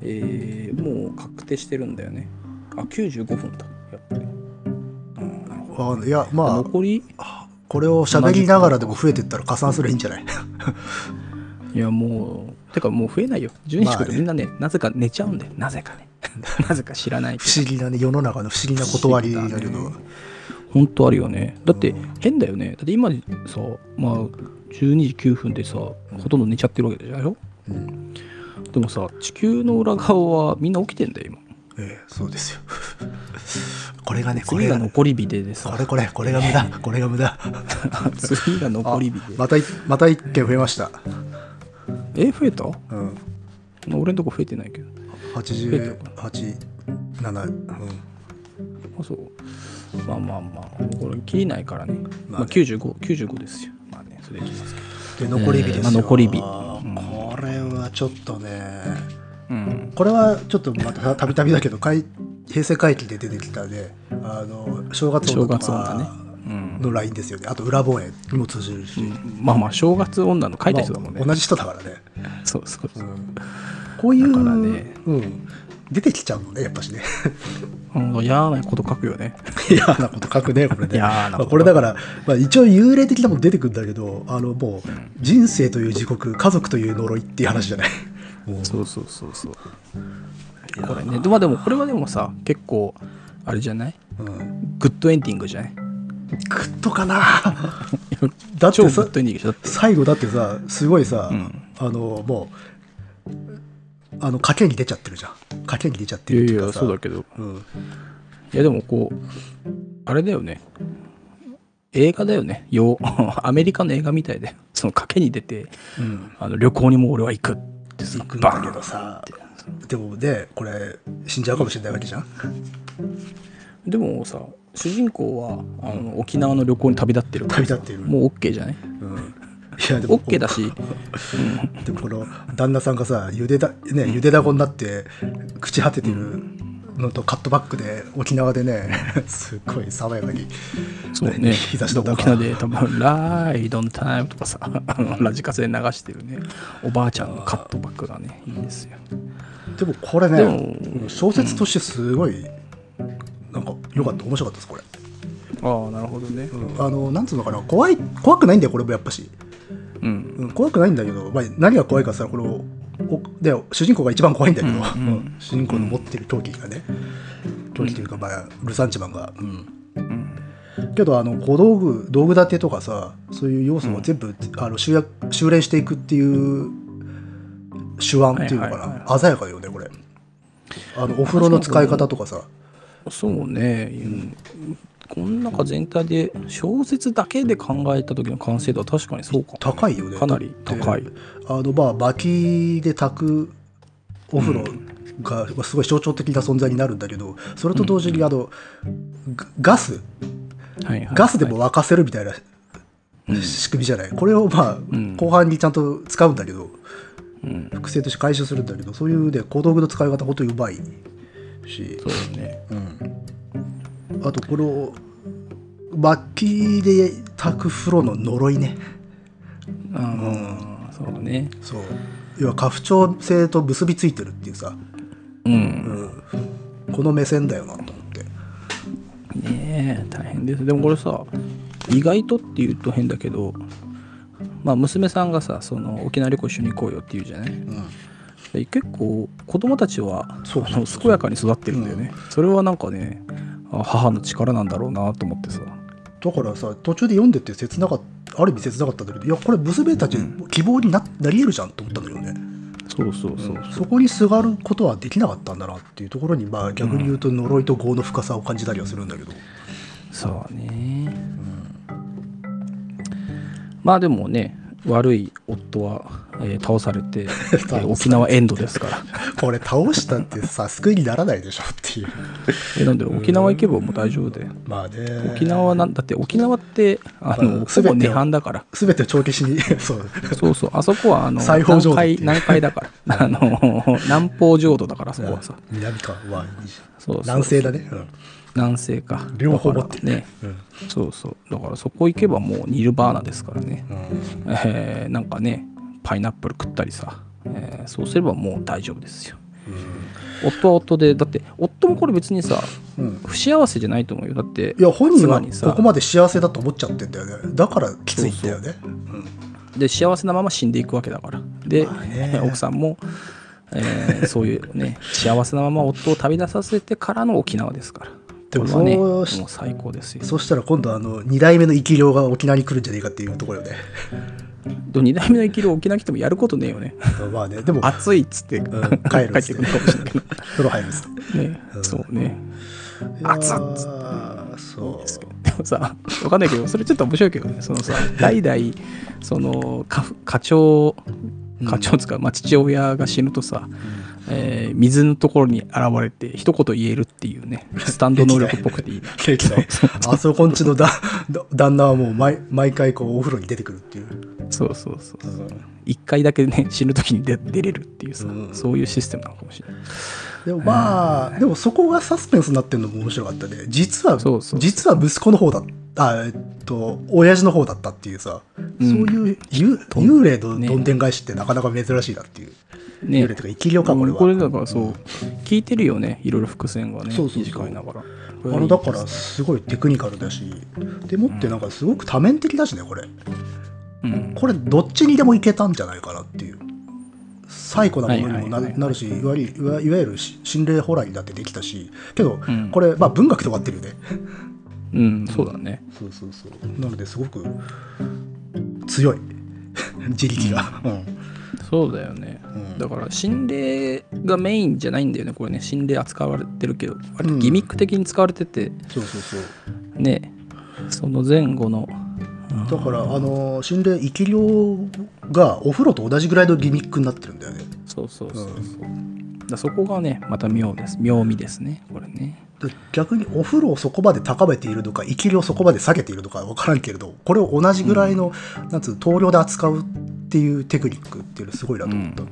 A: えー、もう確定してるんだよねあ95分だやっぱりあーなるほど
B: あいやま
A: 残り
B: あこれを喋りながらでも増えてったら加算すればいいんじゃない
A: いやもうてかもう増えないよ12時超えてみんなね,、なぜか寝ちゃうんだよなぜかね なぜか知らないけど
B: 不思議なね世の中の不思議な断りだけ
A: 不
B: ど
A: 思議だ本当あるよねだって変だよねだって今さまあ12時9分でさほとんど寝ちゃってるわけでしょ
B: うん
A: でもさ地球の裏側はみんな起きてんだよ今
B: ええそうですよ これがねこ
A: 次
B: れ
A: が
B: がこ
A: 残り火ででさ
B: れこれこれが無駄これが無駄
A: 次が残り火で
B: またいまた一件増えました
A: え増えた
B: うん
A: 俺のとこ増えてないけど
B: 88 7うん
A: あそうまあまあまあこれ切りないからねま
B: まあね
A: あ9595ですよまあねそれでいきますけど
B: で残り火ですよ、
A: えーまあ残り火
B: これはちょっとね
A: うん
B: これはちょっとまたたびたびだけどかい平成回帰で出てきたねあの正月
A: 正
B: 女と
A: 月女ね
B: か
A: うん
B: のラインですよねあと裏防衛にも通じるし、
A: まあまあ正月女の書いた人だもんね、
B: まあ同じ人だからね、
A: そうそうそう
B: こういう
A: だからね
B: うん、出てきちゃうのねやっぱしね
A: うん嫌なこと書くよね
B: 嫌なこと書くねこれね
A: 嫌なこと
B: まあ、これだから、まあ、一応幽霊的なもの出てくるんだけどあのもう人生という地獄家族という呪いっていう話じゃない、もう
A: そうそうそうそうこれねでまあでもこれはでもさ結構あれじゃない
B: うん
A: グッドエンディングじゃない
B: グッドか なだって
A: 超
B: さ
A: グッドエンディングでしょだって
B: 最後だってさすごいさ、
A: うん
B: あのもうあの賭けに出ちゃってるじゃん賭けに出ちゃってるって
A: い
B: い
A: や
B: う
A: いや
B: かさ
A: そうだけど
B: うん、
A: いやでもこうあれだよね映画だよねよう アメリカの映画みたいでその賭けに出て
B: うん、
A: あの旅行にも俺は行くってさ
B: 行くん
A: バー
B: だ
A: ン
B: けどさでもねこれ死んじゃうかもしれないわけじゃん
A: でもさ主人公はあの沖縄の旅行に旅立ってるか
B: 旅
A: ら
B: 立ってる、
A: もう OK じゃない
B: うんいやでも
A: OK だ し
B: でもこの旦那さんがさゆでだねゆでだこになって朽ち果ててるのとカットバックで沖縄でね すっごい爽やかに
A: そうね
B: 日差しの中
A: 沖縄で多分「ライドンタイム」とかさ あのラジカセで流してるねおばあちゃんのカットバックがねいいんですよ
B: でもこれね
A: でも
B: うん小説としてすごい、なんか良かった面白かったですこれ、
A: ああなるほどね
B: うんあのなんつうのかな怖い怖くないんだよこれもやっぱし、
A: うん
B: うん、怖くないんだけど、まあ、何が怖いかさこのおで主人公が一番怖いんだけど、
A: うんうん
B: 主人公の持ってる狂気がね狂気というか、まあ、ルサンチマンが、うん、
A: うん
B: けどあの小道具道具立てとかさそういう要素も全部、あの集約修練していくっていう手腕っていうのかな、
A: はいはいはい
B: 鮮やかだよねこれあのお風呂の使い方とかさ
A: そうね、うん、この中全体で小説だけで考えた時の完成度は確かにそうかも
B: 高いよね
A: かなり
B: だって
A: 高い
B: あのまあ薪で炊くお風呂がまあすごい象徴的な存在になるんだけどそれと同時にあの、ガガス
A: はいはい
B: ガスでも沸かせるみたいな仕組みじゃない、これをまあ、
A: ん
B: 後半にちゃんと使うんだけど
A: うん
B: 複製として回収するんだけどそういうね小道具の使い方本当にうまいし、
A: そうね
B: うん、あとこの薪で炊く風呂の呪いね
A: ああそうね
B: そう要は家父長制と結びついてるっていうさ、
A: うん
B: うん、この目線だよなと思って
A: ねえ大変ですでもこれさ意外とって言うと変だけどまあ、娘さんがさその沖縄旅行一緒に行こうよって言うじゃない
B: うん
A: で結構子供たちは
B: そう
A: あの健やかに育ってるんだよね、それはなんかねあ母の力なんだろうなと思ってさ
B: だからさ途中で読んでて切なかったある意味切なかったんだけどいやこれ娘たち希望にな,、なり得るじゃんと思ったんだよね、
A: そうそうそうそう
B: そこにすがることはできなかったんだなっていうところにまあ逆に言うと呪いと業の深さを感じたりはするんだけど、
A: そうね、まあでもね悪い夫は、えー倒されて、えー
B: 倒されて
A: 沖縄エンドです から
B: これ倒したってさ救いにならないでしょっていう
A: えなんで沖縄行けばもう大丈夫で
B: まあね
A: 沖縄はなんだって沖縄ってあの、
B: ま
A: ほぼ
B: あ全て
A: 涅
B: を
A: 槃だから
B: 全てを帳消しに そう
A: そうそうあそこはあの
B: 西方
A: 南
B: 浄土って
A: 海
B: いう
A: 南海だから あの南方浄土だからそこはさ
B: 南かは
A: そうそう
B: 南西だね、うん
A: 南西か
B: 両方持っ
A: だか
B: て
A: らね
B: うん
A: そうそうだからそこ行けばもうニルバーナですからね、
B: うん
A: えーなんかねパイナップル食ったりさ、えーそうすればもう大丈夫ですよ夫は夫でだって夫もこれ別にさ
B: うん
A: 不幸せじゃないと思うよだって
B: いや本人は
A: 妻にさ
B: ここまで幸せだと思っちゃってんだよねだからきついんだよね
A: で幸せなまま死んでいくわけだからで、
B: まあね
A: 奥さんも、えーそういうね幸せなまま夫を旅立たせてからの沖縄ですから
B: でも
A: これはねも
B: そううし
A: 最高ですよ
B: そしたら今度あの2代目の生き量が沖縄に来るんじゃねえかっていうと ころよね
A: で2代目の生きる沖縄来てもやることねえよね
B: まあねでも
A: 暑いっつって、
B: うん帰るっつ
A: 帰
B: っ
A: って
B: て
A: くるかもしれないけど
B: 風呂入るんです
A: ね、そうね熱っつ
B: っそう
A: でもさわかんないけどそれちょっと面白いけどねそのさ代々その家父課長課長っつうか、まあ、父親が死ぬとさ、えー水のところに現れて一言言えるっていうねスタンド能力っぽく ていいね
B: ケーキのあそこんちのだだ旦那はもう毎毎回こうお風呂に出てくるっていう
A: そうそうそうそう一回だけね死ぬ時に出出れるっていうさ、
B: うん
A: そういうシステムなのかもしれない
B: でもまあでもそこがサスペンスになってるのも面白かったね実は
A: そうそう
B: 実は息子の方だあえっと親父の方だったっていうさ、
A: ん
B: そういう幽幽霊のどんでん返しってなかなか珍しいなっていう、
A: ね
B: 幽霊とか生き量かこれは、
A: これだからそう聞いてるよねいろいろ伏線がね
B: そうそうそう
A: 短いながら
B: あのだからすごいテクニカルだしでもってなんかすごく多面的だしねこれ
A: うん
B: これどっちにでもいけたんじゃないかなっていう最古なものにもな
A: はいはいはいはい
B: なるしいわゆるいわいわゆるし心霊ホラーにだってできたしけど
A: うん
B: これまあ文学とかってるよね
A: うんそうだね
B: そうそうそうなのですごく強い 自力が、うん
A: そうだよね、
B: うん
A: だから心霊がメインじゃないんだよねこれね心霊扱われてるけど割とギミック的に使われてて、
B: そうそうそう
A: ねその前後のうん
B: だからあのー心霊生き量がお風呂と同じぐらいのギミックになってるんだよね
A: そうそうそうそう、だそこがねまた妙です妙味ですねこれね
B: で逆にお風呂をそこまで高めているのか生き量をそこまで下げているのか分からんけれどこれを同じぐらいの、なんつうの投量で扱うっていうテクニックっていうのすごいなと思った、うん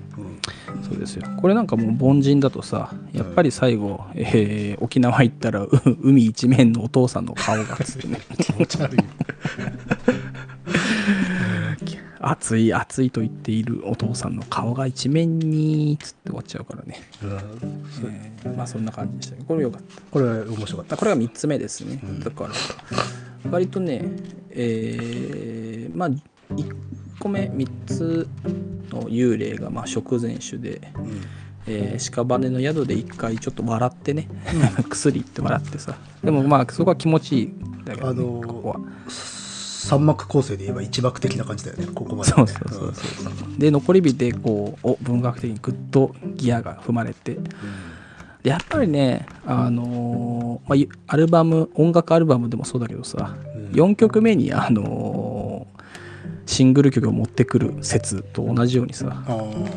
A: そうですよこれなんかもう凡人だとさやっぱり最後、えー沖縄行ったらう海一面のお父さんの顔がつ ってね
B: 気持ち悪い
A: 熱い熱いと言っているお父さんの顔が一面につって終わっちゃうからね
B: うん
A: えーまあそんな感じでしたね。これ良かった。
B: これ面白かった
A: あこれが3つ目ですね。だから割とね、えーまあ1個目3つの幽霊がまあ食前酒で、えー屍の宿で1回ちょっと笑ってね、 薬って笑ってさでもまあそこは気持ちいいんだけど、ね
B: あのー
A: ここは。
B: 三幕構成で言えば一幕的な感じだよねここまで
A: そ
B: ね、
A: うそうそうそう。で残り火でこうお文学的にグッとギアが踏まれて。でやっぱりね、あのーまあゆ、アルバム音楽アルバムでもそうだけどさ、
B: うん
A: 4曲目に、あのーシングル曲を持ってくる説と同じようにさ、
B: ああ確か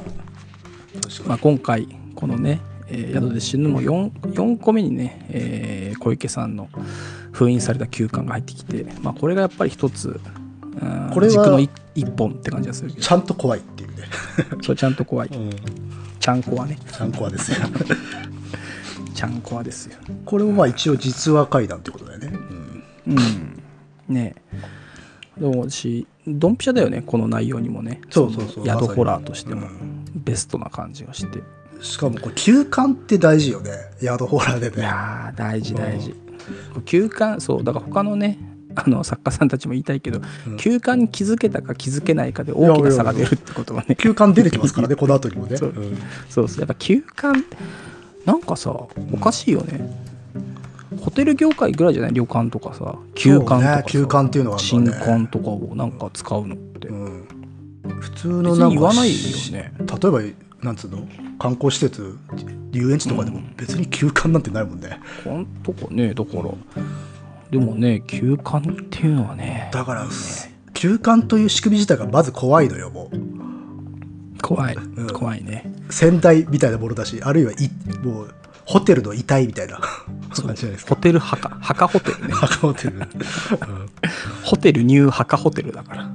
A: まあ、今回このね「えー宿で死ぬ」も 4, 4個目にね、えー小池さんの封印された休館が入ってきて、まあ、これがやっぱり一つ、うん
B: これは
A: 軸のい一本って感じがするけ
B: にちゃんと怖いっていうね、
A: どそうちゃんと 怖いちゃんこはね
B: ちゃん怖ですよ
A: ちゃんこはですよ
B: これもまあ一応実話怪談ってことだよね、うん
A: うんねえでもしドンピシャだよねこの内容にもね
B: そうそうそう
A: の
B: まさ
A: 宿
B: に
A: ホラーとしても
B: うん
A: ベストな感じがして、
B: しかもこれ休館って大事よねヤードホラーで
A: い
B: ね
A: やー大事大事、休館そうだから他のねあの作家さんたちも言いたいけど、
B: うん
A: 休暇に気づけたか気づけないかで大きな差が出るってことはね
B: 休館出てきますからねこの後にもね、
A: そう
B: うん
A: そうそうやっぱ休館なんかさおかしいよねホテル業界ぐらいじゃない旅館とかさ休館とか
B: そう
A: さ、
B: ね休館っていうのはあるん
A: 新
B: だね
A: 館とかをなんか使うのって、
B: うん普
A: 別
B: 通のなんか
A: に言わないよね
B: 例えばなんつうの観光施設遊園地とかでも別に休館なんてないもんね、
A: こんとこねだからでもね休館っていうのはね
B: だから、休館という仕組み自体がまず怖いのよもう
A: 怖い、
B: ん
A: 怖いね
B: 仙台みたいなものだしあるいはいもうホテルの遺体みたいなそう感じじゃないですか
A: ホテル墓墓ホテルね
B: 墓ホテル、
A: ホテルニュー墓ホテルだから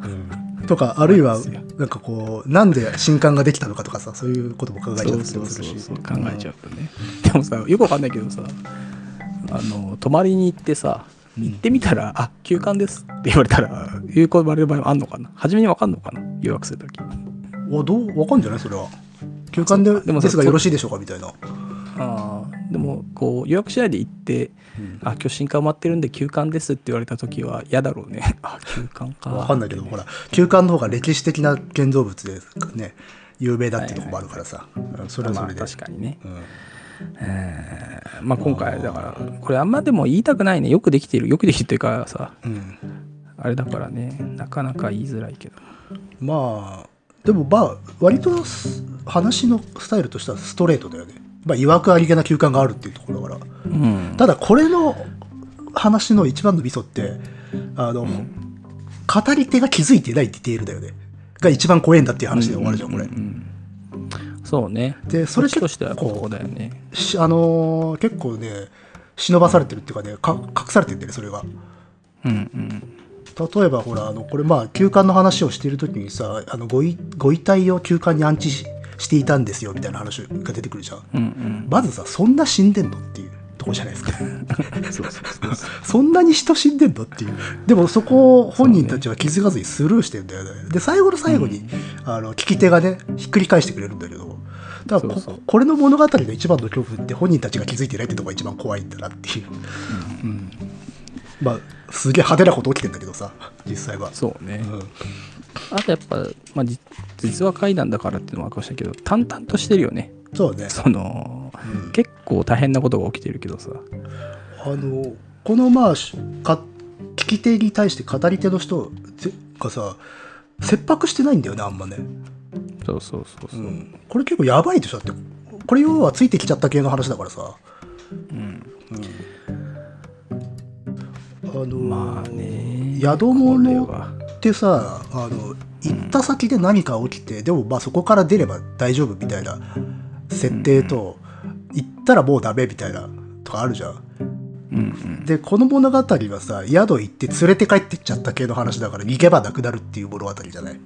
B: とかあるいは
A: そうなんです
B: なんかこうなんで新館ができたのかとかさそういうことも考えちゃったりするし
A: 考えちゃうとね、でもさよくわかんないけどさあの泊まりに行ってさ行ってみたら「あ休館です」って言われたら有効バレる場合もあんのかな初めにわかんのかな誘惑するとき
B: おどうわかんじゃないそれは休館で
A: でもさ
B: ですがよろしいでしょうかみたいな
A: あーでもこう予約しないで行って「あ今日新館埋まってるんで休館です」って言われた時は嫌だろうね あ休館か
B: わかんないけどほら休館の方が歴史的な建造物でね有名だっていうとこもあるからさ、うんそれは
A: ま
B: そ
A: あ
B: れで、
A: 確かにね、
B: うん
A: えーまあ今回だからこれあんまでも言いたくないねよくできてるよくできてるというかさ
B: うん
A: あれだからねなかなか言いづらいけど
B: まあでもまあ割とす話のスタイルとしてはストレートだよねまあ曰くありげな休館があるっていうところだから
A: うん
B: ただこれの話の一番のミソってあの、語り手が気づいてないディテールだよねが一番怖えんだっていう話で終わるじゃんこれ、
A: そうね
B: でそ
A: こっ
B: れ
A: ちと
B: 結
A: してはやっぱここだよね
B: しあのー結構ね忍ばされてるっていうかねか隠されてんだよねそれが
A: うん
B: 例えばほらあのこれまあ休館の話をしている時にさあのごいご遺体を休館に安置ししていたんですよみたいな話が出てくるじゃん
A: うんうん
B: まずさそんな死んでんのっていうとこじゃないですか
A: うんそうそうそうそう
B: そんなに人死んでんのっていうでもそこを本人たちは気づかずにスルーしてんだよねで最後の最後に、あの聞き手がねひっくり返してくれるんだけどだからこ
A: そうそう
B: これの物語の一番の恐怖って本人たちが気づいてないってとこが一番怖いんだなっていう、うんまあすげえ派手なこと起きてんだけどさ実際は。
A: そうね
B: うん
A: あとやっぱ、まあ、じ実話怪談だからっていうのもあるかもしれないけど淡々としてるよね
B: そうね。
A: その
B: うん
A: 結構大変なことが起きてるけどさ
B: あのこのまあしか聞き手に対して語り手の人ぜがさ切迫してないんだよねあんまね、
A: そうそうそうそう、
B: うんこれ結構やばいでしょだってこれ要はついてきちゃった系の話だからさ、あの
A: まあね
B: 宿
A: これ
B: 物
A: は
B: ってさあの行った先で何か起きて、でもまあそこから出れば大丈夫みたいな設定と、行ったらもうダメみたいなとかあるじゃん。
A: うんうん
B: でこの物語はさ宿行って連れて帰ってっちゃった系の話だから逃げ場なくなるっていう物語じゃない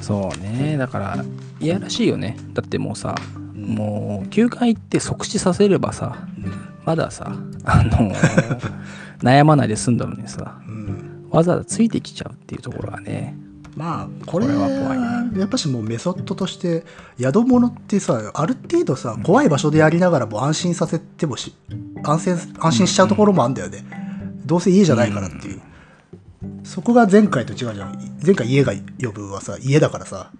A: そうねだからいやらしいよねだってもうさ、もう休館行って即死させればさ、まださあ の悩まないで済んだのにさ
B: うん
A: わざわざついてきちゃうっていうところはね
B: まあこれ
A: これ
B: は
A: は怖い
B: やっぱしもうメソッドとして宿物ってさある程度さ怖い場所でやりながらも安心させてもし安心安心しちゃうところもあんだよね、どうせ家じゃないからっていう、そこが前回と違うじゃん前回家が呼ぶはさ家だからさ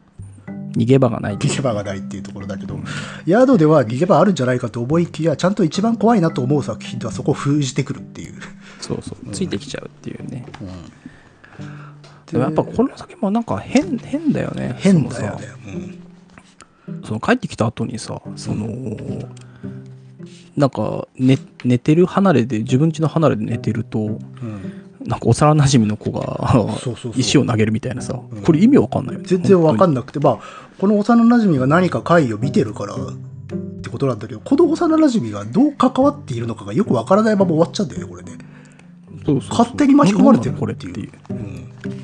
A: 逃げ場がないっていう
B: 逃げ場がないっていうところだけど、宿では逃げ場あるんじゃないかと思いきやちゃんと一番怖いなと思う作品ではそこを封じてくるっていう、
A: そうそうついてきちゃうっていうね、でもやっぱこの先もなんか変変だよね
B: 変だよね
A: そのさその帰ってきた後にさその、なんか寝寝てる離れで自分家の離れで寝てると
B: うんうん
A: なんか幼なじみの子が
B: そうそうそう
A: 石を投げるみたいなさこれ意味わかんないよね
B: 全然わかんなくてまあこの幼なじみが何か会を見てるからってことなんだけどこの幼なじみがどう関わっているのかがよくわからないまま終わっちゃうんだよねこれね、
A: そうそうそう
B: 勝手に巻き込まれてる
A: なんなのこれ
B: っ
A: ってて
B: いう
A: いう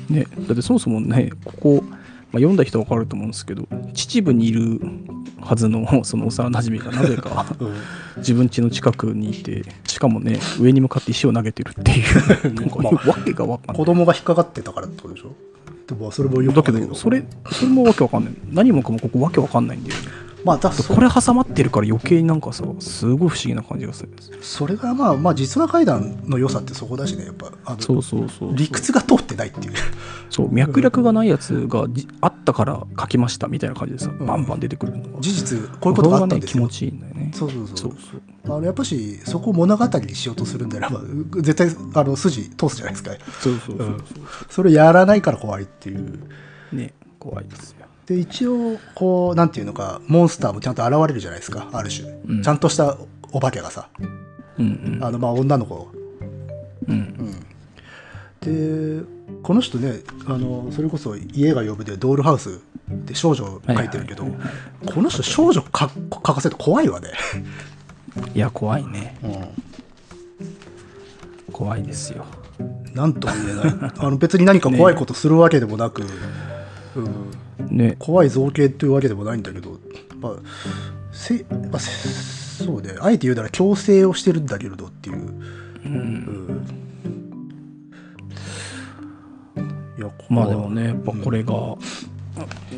B: うん、
A: ね、だってそもそもねここ、まあ、読んだ人は分かると思うんですけど秩父にいるはずのその幼なじみがなぜか自分家の近くにいてしかもね上に向かって石を投げてるっていうなんか、わけが分かんない。
B: 子供が引っかかってたからってことでしょでもそれもよく
A: だ
B: わ
A: け
B: かんない
A: どそれそれもわけわかんない何もかもここわけわかんないんだよね
B: まあだ
A: で
B: そ
A: これ挟まってるから余計になんかさすごい不思議な感じがするんです
B: それがまあまあ実話怪談の良さってそこだしねやっぱあ
A: そ
B: の
A: うそうそう
B: 理屈が通ってないっていう
A: そう脈絡がないやつがじあったから書きましたみたいな感じでさ、
B: ん
A: バンバン出てくるのが
B: 事実こういうことがあったんです
A: これがね気持ちい
B: よ
A: いんだよね
B: そうそうそう
A: そうそう
B: あのやっぱしそこを物語にしようとするんであれば絶対あの筋通すじゃないですか
A: そうそうそう
B: それやらないから怖いっていう
A: ね怖いですよ
B: で一応こうなんていうのかモンスターもちゃんと現れるじゃないですかある種、
A: うん
B: ちゃんとしたお化けがさ
A: うん
B: あのまあ女の子
A: うんうん
B: でこの人ねあのそれこそ「家が呼ぶ」で「ドールハウス」で少女書いてるけど、
A: はいはいは
B: この人少女か書かせると怖いわね、
A: いや怖いね怖いですよ
B: なんとも言えないあの別に何か怖いことするわけでもなく、うん、
A: ね
B: 怖い造形というわけでもないんだけど、まあせまあ、せそうねあえて言うなら強制をしてるんだけれどっていう、
A: うん
B: いやここは
A: まあでもねやっぱこれが、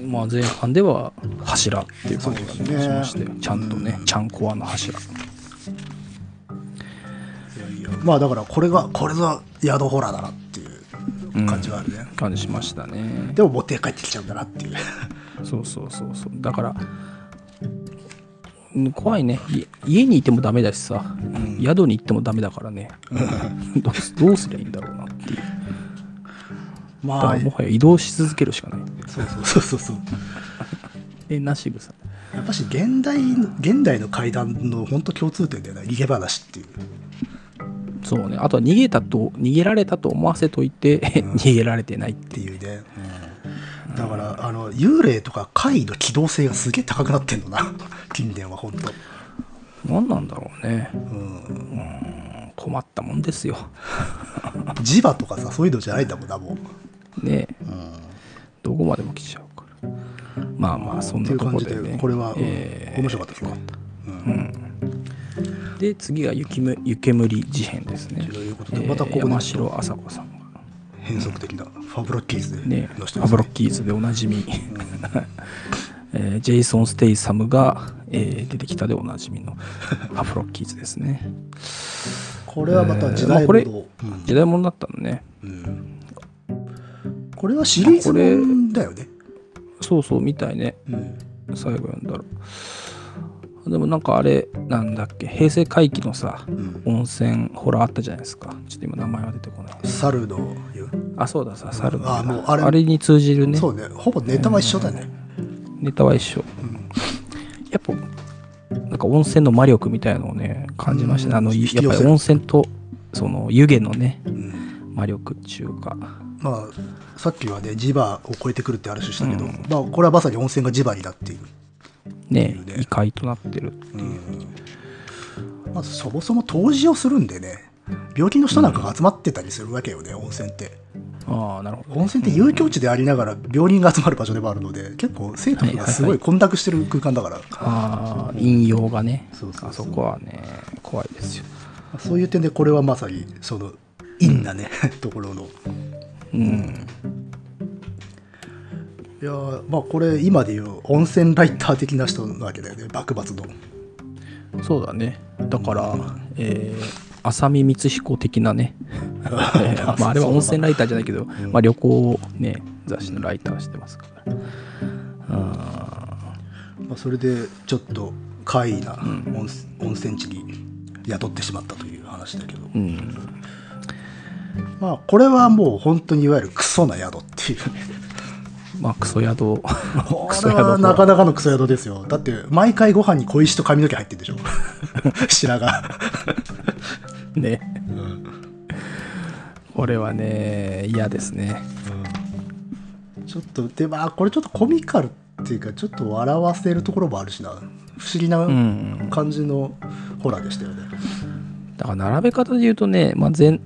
A: まあ前半では柱っていう感じが
B: そう
A: ね、
B: ですね
A: しましてちゃんとね、ちゃんコアな柱
B: いやいやまあだからこれがこれぞ宿ホラーだなっていう感じがあるね、
A: 感じしましたね
B: でも持って帰ってきちゃうんだなっていう
A: そうそうそうそうだからうん怖いねい家にいてもダメだしさ、宿に行ってもダメだからねどうすどうすりゃいいんだろうなっていうだ
B: ま
A: か
B: あ
A: らもはや移動し続けるしかない
B: そうそうそうそうそう
A: えなしぐさ
B: やっぱし現代現代の怪談の本当共通点だよね逃げ話っていう
A: そうねあとは逃げたと逃げられたと思わせといて 逃げられてないって
B: っていうね、だからあの幽霊とか怪異の機動性がすげえ高くなってんのな 近年は本当
A: 何なんだろうねうん困ったもんですよ
B: 磁場とかさそういうのじゃないんだもんなもう
A: ねえどこまでも来ちゃうからまあまあそん
B: っ
A: な
B: ていう
A: ところ
B: 感じ
A: で、
B: で
A: ね、
B: これは、うん
A: えー
B: 面白かったですね
A: で次が雪む湯煙事変ですね。
B: ということでまたこ
A: え
B: こで
A: ー山城朝子さんが
B: 変則的なファブロッキーズで
A: ね
B: の人
A: ア
B: です
A: ブロ
B: ね
A: ッキーズでおなじ み、えージェイソン・ステイサムが、えー出てきたでおなじみの アブロッキーズですね。
B: これはまた時代
A: えーまあこれ
B: 物をうん
A: 時代物だったのね。
B: これはシリーズもんだよね、
A: そうそうみたいね。
B: うん
A: 最後読んだら。でもなんかあれなんだっけ平成回帰のさ、温泉ホラーあったじゃないですかちょっと今名前は出てこない
B: 猿の湯、
A: あそうださ猿の
B: あもうあ
A: あ
B: れ
A: れに通じるね
B: そうねほぼネタは一緒だね、
A: ネタは一緒、やっぱなんか温泉の魔力みたいなのをね感じましたね、
B: うん
A: あの
B: 引
A: や
B: き寄せる
A: っぱり温泉とその湯気のね
B: うん
A: 魔力っていうか
B: まあさっきはね磁場を超えてくるって話したけど、まあ、これはまさに温泉が磁場になっている
A: ね
B: ね
A: 異界となってる
B: まあ、そもそも湯治をするんでね病気の人なんかが集まってたりするわけよね、温泉って
A: ああなるほど
B: 温泉って遊興地でありながら病人が集まる場所でもあるので結構生徒がすごい混濁してる空間だから、
A: ああ引用がね
B: そうそうそう
A: あそこはね怖いですよ
B: そういう点でこれはまさにその陰なね、ところの
A: うん
B: いやーまあこれ今でいう温泉ライター的な人なわけだよね幕末の
A: そうだねだから、えー浅見光彦的なね、えー まあ、あれは温泉ライターじゃないけど、まあ、旅行をね雑誌のライターしてますから、
B: まあ、それでちょっと怪異な温,、温泉地に雇ってしまったという話だけど、まあこれはもう本当にいわゆるクソな宿っていう
A: まあクソ 宿
B: こ
A: クソ
B: れ
A: 宿
B: はな
A: と
B: かなかのクソ宿ですよだって毎回ご飯に小石と髪の毛入っ てるでしょ白髪
A: ね、これはね嫌ですね
B: ちょっとでまあこれちょっとコミカルっていうかちょっと笑わせるところもあるしな不思議な感じのホラーでしたよね、
A: だから並べ方で言うとね、まあ、前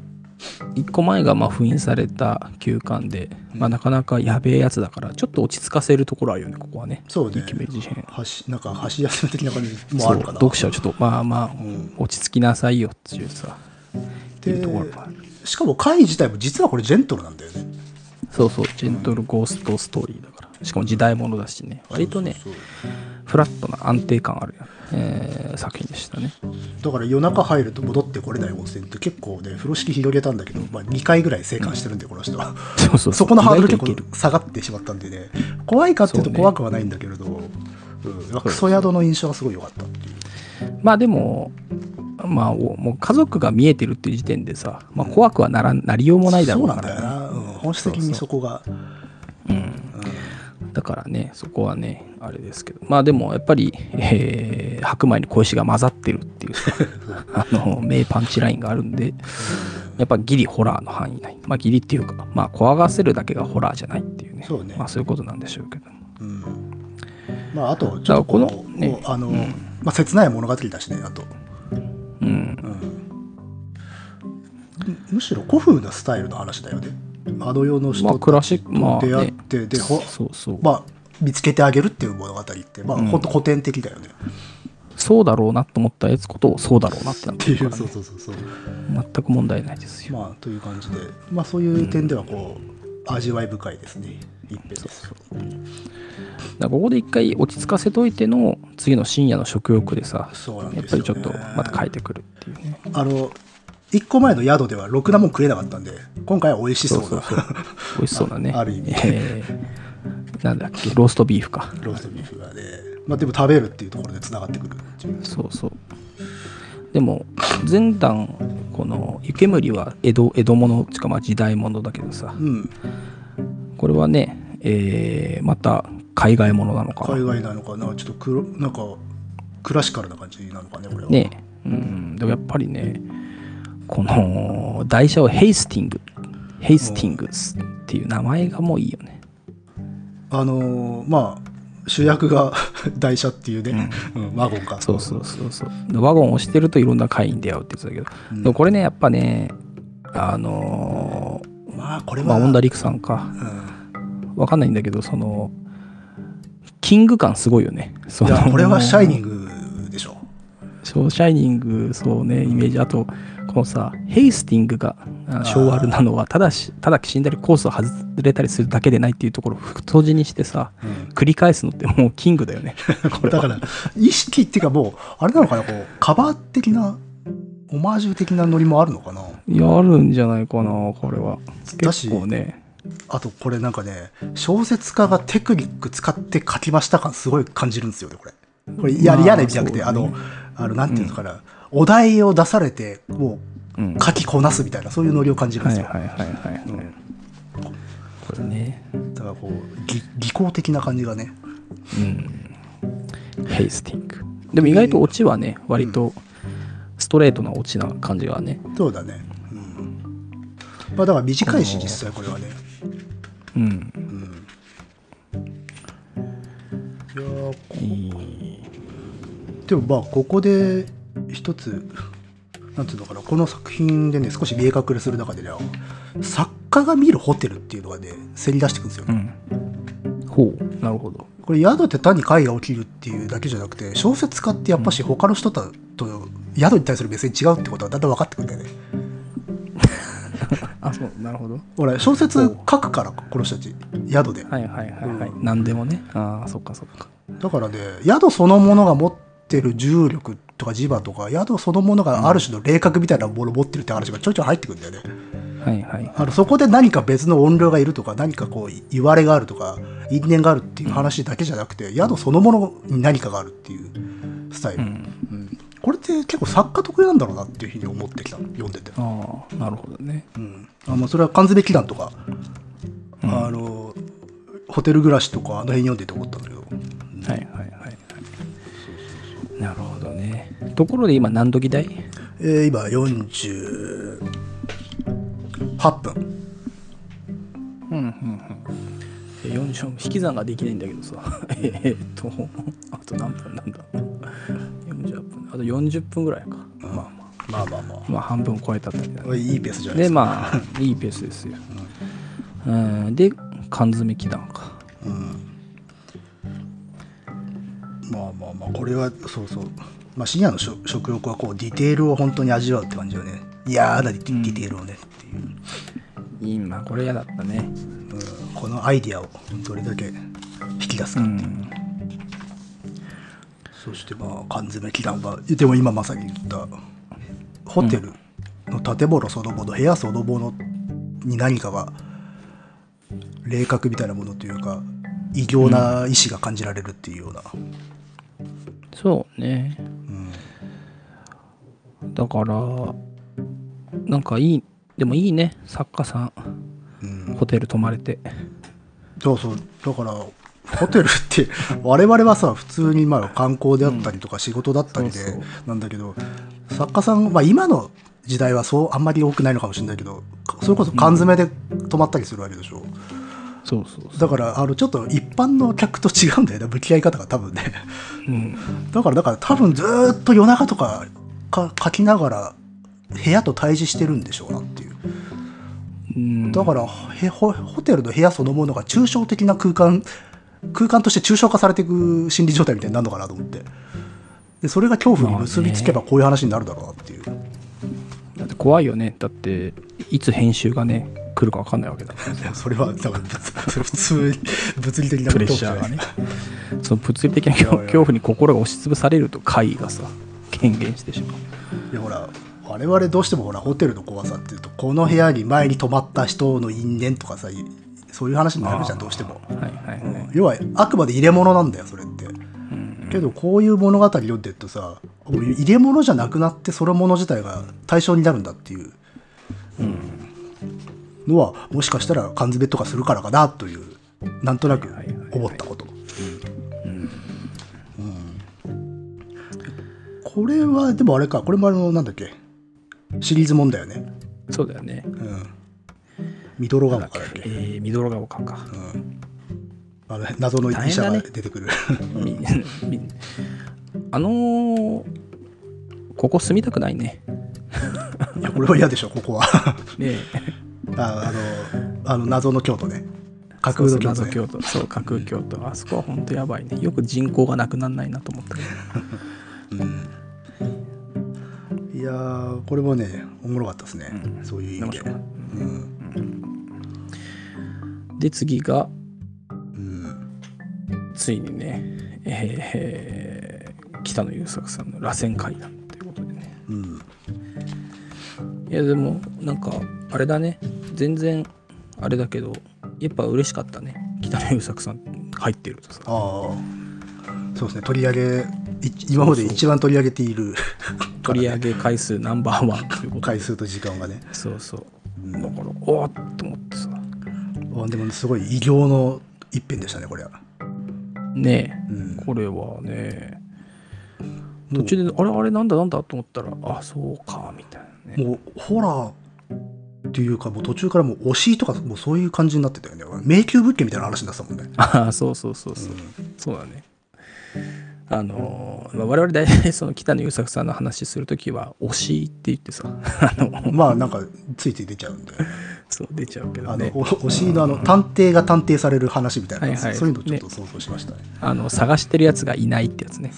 A: 1個前がまあ封印された休館で、まあ、なかなかやべえやつだからちょっと落ち着かせるところあるよねここはね
B: そう
A: イ
B: ね
A: ケメン事変
B: 箸なんか箸休め的な感じもある
A: そ
B: か
A: う
B: な
A: 読者をちょっとまあまあ、落ち着きなさいよっていうさっていうところ
B: で
A: もある
B: しかも会自体も実はこれジェントルなんだよね
A: そうそうジェントルゴーストストーリーだからしかも時代物だしね割とね
B: そうそう
A: フラットな安定感ある、えー作品でしたね
B: そうだから夜中入ると戻ってこれない温泉って結構ね風呂敷広げたんだけど、まあ、2回ぐらい生還してるんでこの人は
A: そうそう
B: そこのハードル結
A: 意外といける
B: 構下がってしまったんでね怖いかっていうと
A: そうね
B: 怖くはないんだけれどうんまあクソ宿の印象がすごい良かったっていう
A: まあでもまあおもう家族が見えてるっていう時点でさ、まあ、怖くはならんなりようもないだろう
B: そう
A: か
B: なんだよ
A: ら
B: な、うん本質的にそこが
A: だからねそこはねあれですけどまあでもやっぱり、えー白米に小石が混ざってるっていう さあの名パンチラインがあるんでやっぱギリホラーの範囲内まあギリっていうかまあ怖がらせるだけがホラーじゃないっていうね
B: そうね
A: まあ、そういうことなんでしょうけども
B: うん、まああとちょっとこ
A: だ
B: の
A: からこのね
B: あの、まあ、切ない物語だしねあと、
A: うん
B: うんむむしろ古風なスタイルの話だよねあの世の人
A: まあクラシックまあ、
B: 出会
A: ね
B: っ、て、でほ
A: そうそう、
B: まあ見つけてあげるっていう物語ってまあ、
A: うん
B: ほんと古典的だよね
A: そうだろうなと思ったやつことをそうだろうなってなっ
B: って
A: てる
B: い
A: か
B: う
A: ら、
B: そう
A: ね、
B: そうそうそう
A: 全く問題ないですよ、
B: まあという感じでまあそういう点ではこう、味わい深いですね一遍です
A: だからここで一回落ち着かせといての次の深夜の食欲でさ
B: そうなん
A: や
B: で
A: っぱ
B: すよ、
A: り
B: ね、
A: ちょっとまた変えてくるっていうね
B: あの1個前の宿ではろくなもん食えなかったんで今回は美味しそうな
A: そうそうそ美味しそうなね
B: あある意味
A: えーなんだっけローストビーフか
B: ローストビーフがね、まあ、でも食べるっていうところでつながってくるっていう
A: そうそうでも前段この湯煙は江戸江戸物しかまあ時代物だけどさ
B: うん
A: これはね、えーまた海外物なのか
B: 海
A: な
B: 外なのかなちょっと黒なんかクラシカルな感じなのかねこれは
A: ねうんでもやっぱりねこの台車をヘイスティングヘイスティングスっていう名前がもういいよね
B: あのーまあ主役が 台車っていうね、うん、ワゴンか
A: そうそうそうそうでワゴンを押してるといろんな会員に出会うって言ってたけど、でもこれねやっぱねあの
B: まあこれ
A: ーま
B: は、
A: あオンダリクさんか
B: うん
A: わかんないんだけどそのキング感すごいよねそ
B: い
A: の
B: やこ れはシャイニングでしょ
A: そうシャイニングそうねイメージあとこのさヘイスティングがあ昭和なのはただしただ死んだりコースを外れたりするだけでないっていうところを太字にしてさ、繰り返すのってもうキングだよね これ
B: だ
A: は
B: から意識っていうかもうあれなのかなこうカバー的なオマージュ的なノリもあるのかない
A: やあるんじゃないかなこれは
B: だし
A: 結構ね
B: あとこれなんかね小説家がテクニック使って書きました感すごい感じるんですよねこれこれや
A: まあ
B: 嫌な意味じゃなくて、
A: そう
B: あ
A: だね
B: のあのなんていうのかな、お題を出されても
A: うん
B: う書きこなすみたいなそういうノリを感じるん
A: は
B: で
A: い
B: す
A: はい
B: よ、
A: はいはい、はい
B: うん
A: これね
B: だからこうぎ技巧的な感じがね
A: ヘイスティングでも意外とオチはね割とストレートなオチな感じがね
B: そうだねうんまあだから短いし実際これはね
A: うん
B: いやーこ
A: いい
B: でもまあここで一つなんていうのかなこの作品でね少し見え隠れする中でね作家が見るホテルっていうのがねせり出してくるんですよ、
A: うんほうなるほど
B: これ宿って単に会が起きるっていうだけじゃなくて小説家ってやっぱし他の人と宿に対する目線違うってことがだんだん分かってくるんだよね
A: あそうなるほど
B: 俺小説書くからこの人たち宿で
A: はいはいはいはい、何でもねああそっかそっか
B: だからね宿そのものが持ってる重力とか磁場とか宿そのものがある種の霊覚みたいなものを持ってるって話がちょいちょい入ってくるんだよね
A: はいはい
B: あのそこで何か別の音量がいるとか何かこうい言われがあるとか因縁があるっていう話だけじゃなくて、宿そのものに何かがあるっていうスタイル、うんこれって結構作家得意なんだろうなっていうふうに思ってきた読んでて、
A: ああなるほどね
B: うんあまあ、それは缶詰祈願とか、あのホテル暮らしとかあの辺読んでて思ったんだけど
A: はいはいはいはいなるほどねところで今何時代
B: えー今48分
A: えー40引き算ができないんだけどさ えーっとあと何分なんだ40分あと40分ぐらいかまあま
B: まあまあま
A: あまあ半分超えたあたりだ
B: あ
A: ね
B: いいペースじゃないで
A: です
B: か、
A: まあいいペースですよ、うん、で缶詰祈願か
B: まあまあまあこれはそうそう、まあ、深夜の食食欲はこうディテールを本当に味わうって感じよね嫌なディテディテールをねっていう、
A: 今これ嫌だったね
B: うんこのアイディアをどれだけき出す
A: う
B: か、
A: ん
B: そしてまあ缶詰祈願がでも今まさに言ったホテルの建物そのもの部屋そのものに何かが霊覚みたいなものというか異形な意志が感じられるっていうような、
A: そうね
B: うん
A: だからなんかいいでもいいね作家さん
B: うん、
A: ホテル泊まれて
B: そうそうだからホテルって我々はさ普通にまあ観光であったりとか仕事だったりで
A: そうそう
B: なんだけど作家さん、まあ、今の時代はそうあんまり多くないのかもしれないけどそれこそ缶詰で泊まったりするわけでしょ、
A: そうそうそう
B: だからあのちょっと一般の客と違うんだよね向き合い方が多分ね
A: うん
B: だからだから多分ずーっと夜中とかか書きながら部屋と対峙してるんでしょうなっていう
A: うん
B: だからへホホテルの部屋そのものが抽象的な空間空間として抽象化されていく心理状態みたいになるのかなと思ってでそれが恐怖に結びつけばこういう話になるだろうなっていう、
A: だって怖いよねだっていつ編集がね来るか分かんないわけだから
B: いやそれはなんかそれ普通 に物理的な
A: プレッシャーがね その物理的な恐
B: いやいや
A: 恐怖に心が押しつぶされると怪異がさ権限してしまう
B: いやほら我々どうしてもほらホテルの怖さっていうとこの部屋に前に泊まった人の因縁とかさいそういう話になるじゃんどうしても、
A: はいはいはい、
B: うん要はあくまで入れ物なんだよそれって、けどこういう物語読んでるとさもう入れ物じゃなくなってそのもの自体が対象になるんだっていう、のはもしかしたら缶詰とかするからかなというなんとなく思ったこと、これはでもあれかこれもあのなんだっけシリーズもんだよね
A: そうだよね
B: うんミドロガ
A: な
B: モ
A: んだっ
B: か
A: け
B: らだっ
A: え
B: け、
A: ー、ミドロガオカか、
B: あの謎の医者が出てくる、
A: みみあのーここ住みたくないね
B: いやこれは嫌でしょここは
A: ね
B: ああのあの謎の京都ね架
A: そう
B: 空
A: そう
B: の京都
A: 謎京
B: ね
A: 都そう架空京都あそこは本当やばいねよく人口がなくならないなと思ったけど
B: いやーこれもねおもろかったですね、そういう意味で
A: 面白かっ
B: うん
A: で次が
B: うん
A: ついにね、えー北野優作さんの螺旋階段ということでね
B: うん
A: いやでもなんかあれだね全然あれだけどやっぱ嬉しかったね北野優作さん入ってるとさ
B: ああそうですね取り上げい今まで一番取り上げている
A: 取り上げ回数ナンバーワンということで
B: 回数と時間がね
A: そうそうだからおーっと思ってさ
B: あでもすごい偉業の一編でしたねこれは、
A: ね
B: う
A: え、
B: ん、
A: これはね途中であれあれなんだなんだと思ったらあそうかみたいなね
B: もうホラーっていうかもう途中からもう推しとかもうそういう感じになってたよね迷宮物件みたいな話になって たもんね
A: ああそうそうそうそう、そうだねあのーまあ、我々大体その北野優作さんの話するときは「推し」って言ってさ あの
B: まあなんかついつい出ちゃうんで
A: そう出ちゃうけど
B: あの、
A: ね
B: おお尻のあの探偵が探偵される話みたいな、
A: はいはい
B: そういうのをちょっと想像しましたね。
A: あの探してるやつがいないってやつね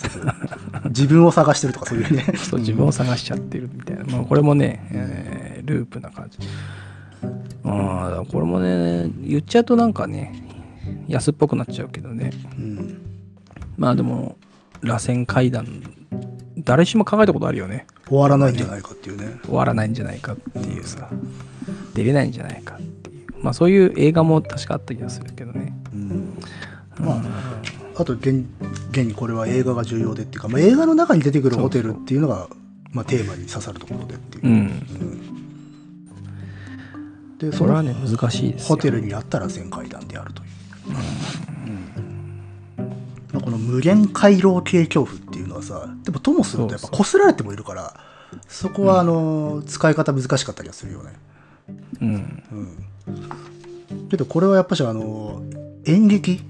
B: 自分を探してるとかそうい うね。
A: そう自分を探しちゃってるみたいな、まあ、これもね、えーループな感じああだからこれもね言っちゃうとなんかね安っぽくなっちゃうけどね
B: うん
A: まあでも螺旋階段誰しも考えたことあるよね
B: 終わらないんじゃないかっていうね。
A: 終わらないんじゃないかっていうさ出れないんじゃないかっていうまあそういう映画も確かあった気がするけどね
B: うんまあ、あと現現にこれは映画が重要でっていうか、まあ、映画の中に出てくるホテルっていうのがまあ、テーマに刺さるところでっていう。
A: うん
B: でそ
A: それは
B: の
A: ね難しいです
B: ホ
A: よ
B: テルにあったら全階段であるという。まあこの無限回廊系恐怖っていうのはさでもともするとやっぱこすられてもいるからそこはあの、使い方難しかったりはするよね。
A: うん
B: けどこれはやっぱしあの演劇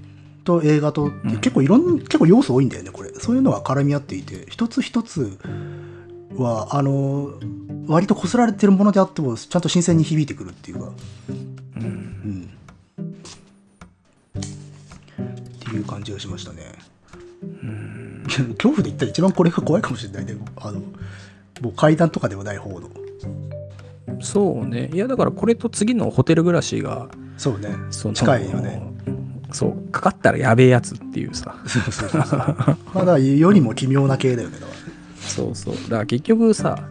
B: と映画とって結構いろん、結構要素多いんだよねこれそういうのが絡み合っていて一つ一つはあの割とこすられてるものであってもちゃんと新鮮に響いてくるっていうかうん、っていう感じがしましたね、 恐怖で言ったら一番これが怖いかもしれないねあのもう階段とかではない方の
A: そうねいやだからこれと次のホテル暮らしが
B: そうね
A: その
B: 近いよね
A: そうかかったらやべえやつっていうさ
B: そうそうそうそうまあだから世にも奇妙な系だよねだか
A: そうそうだから結局さ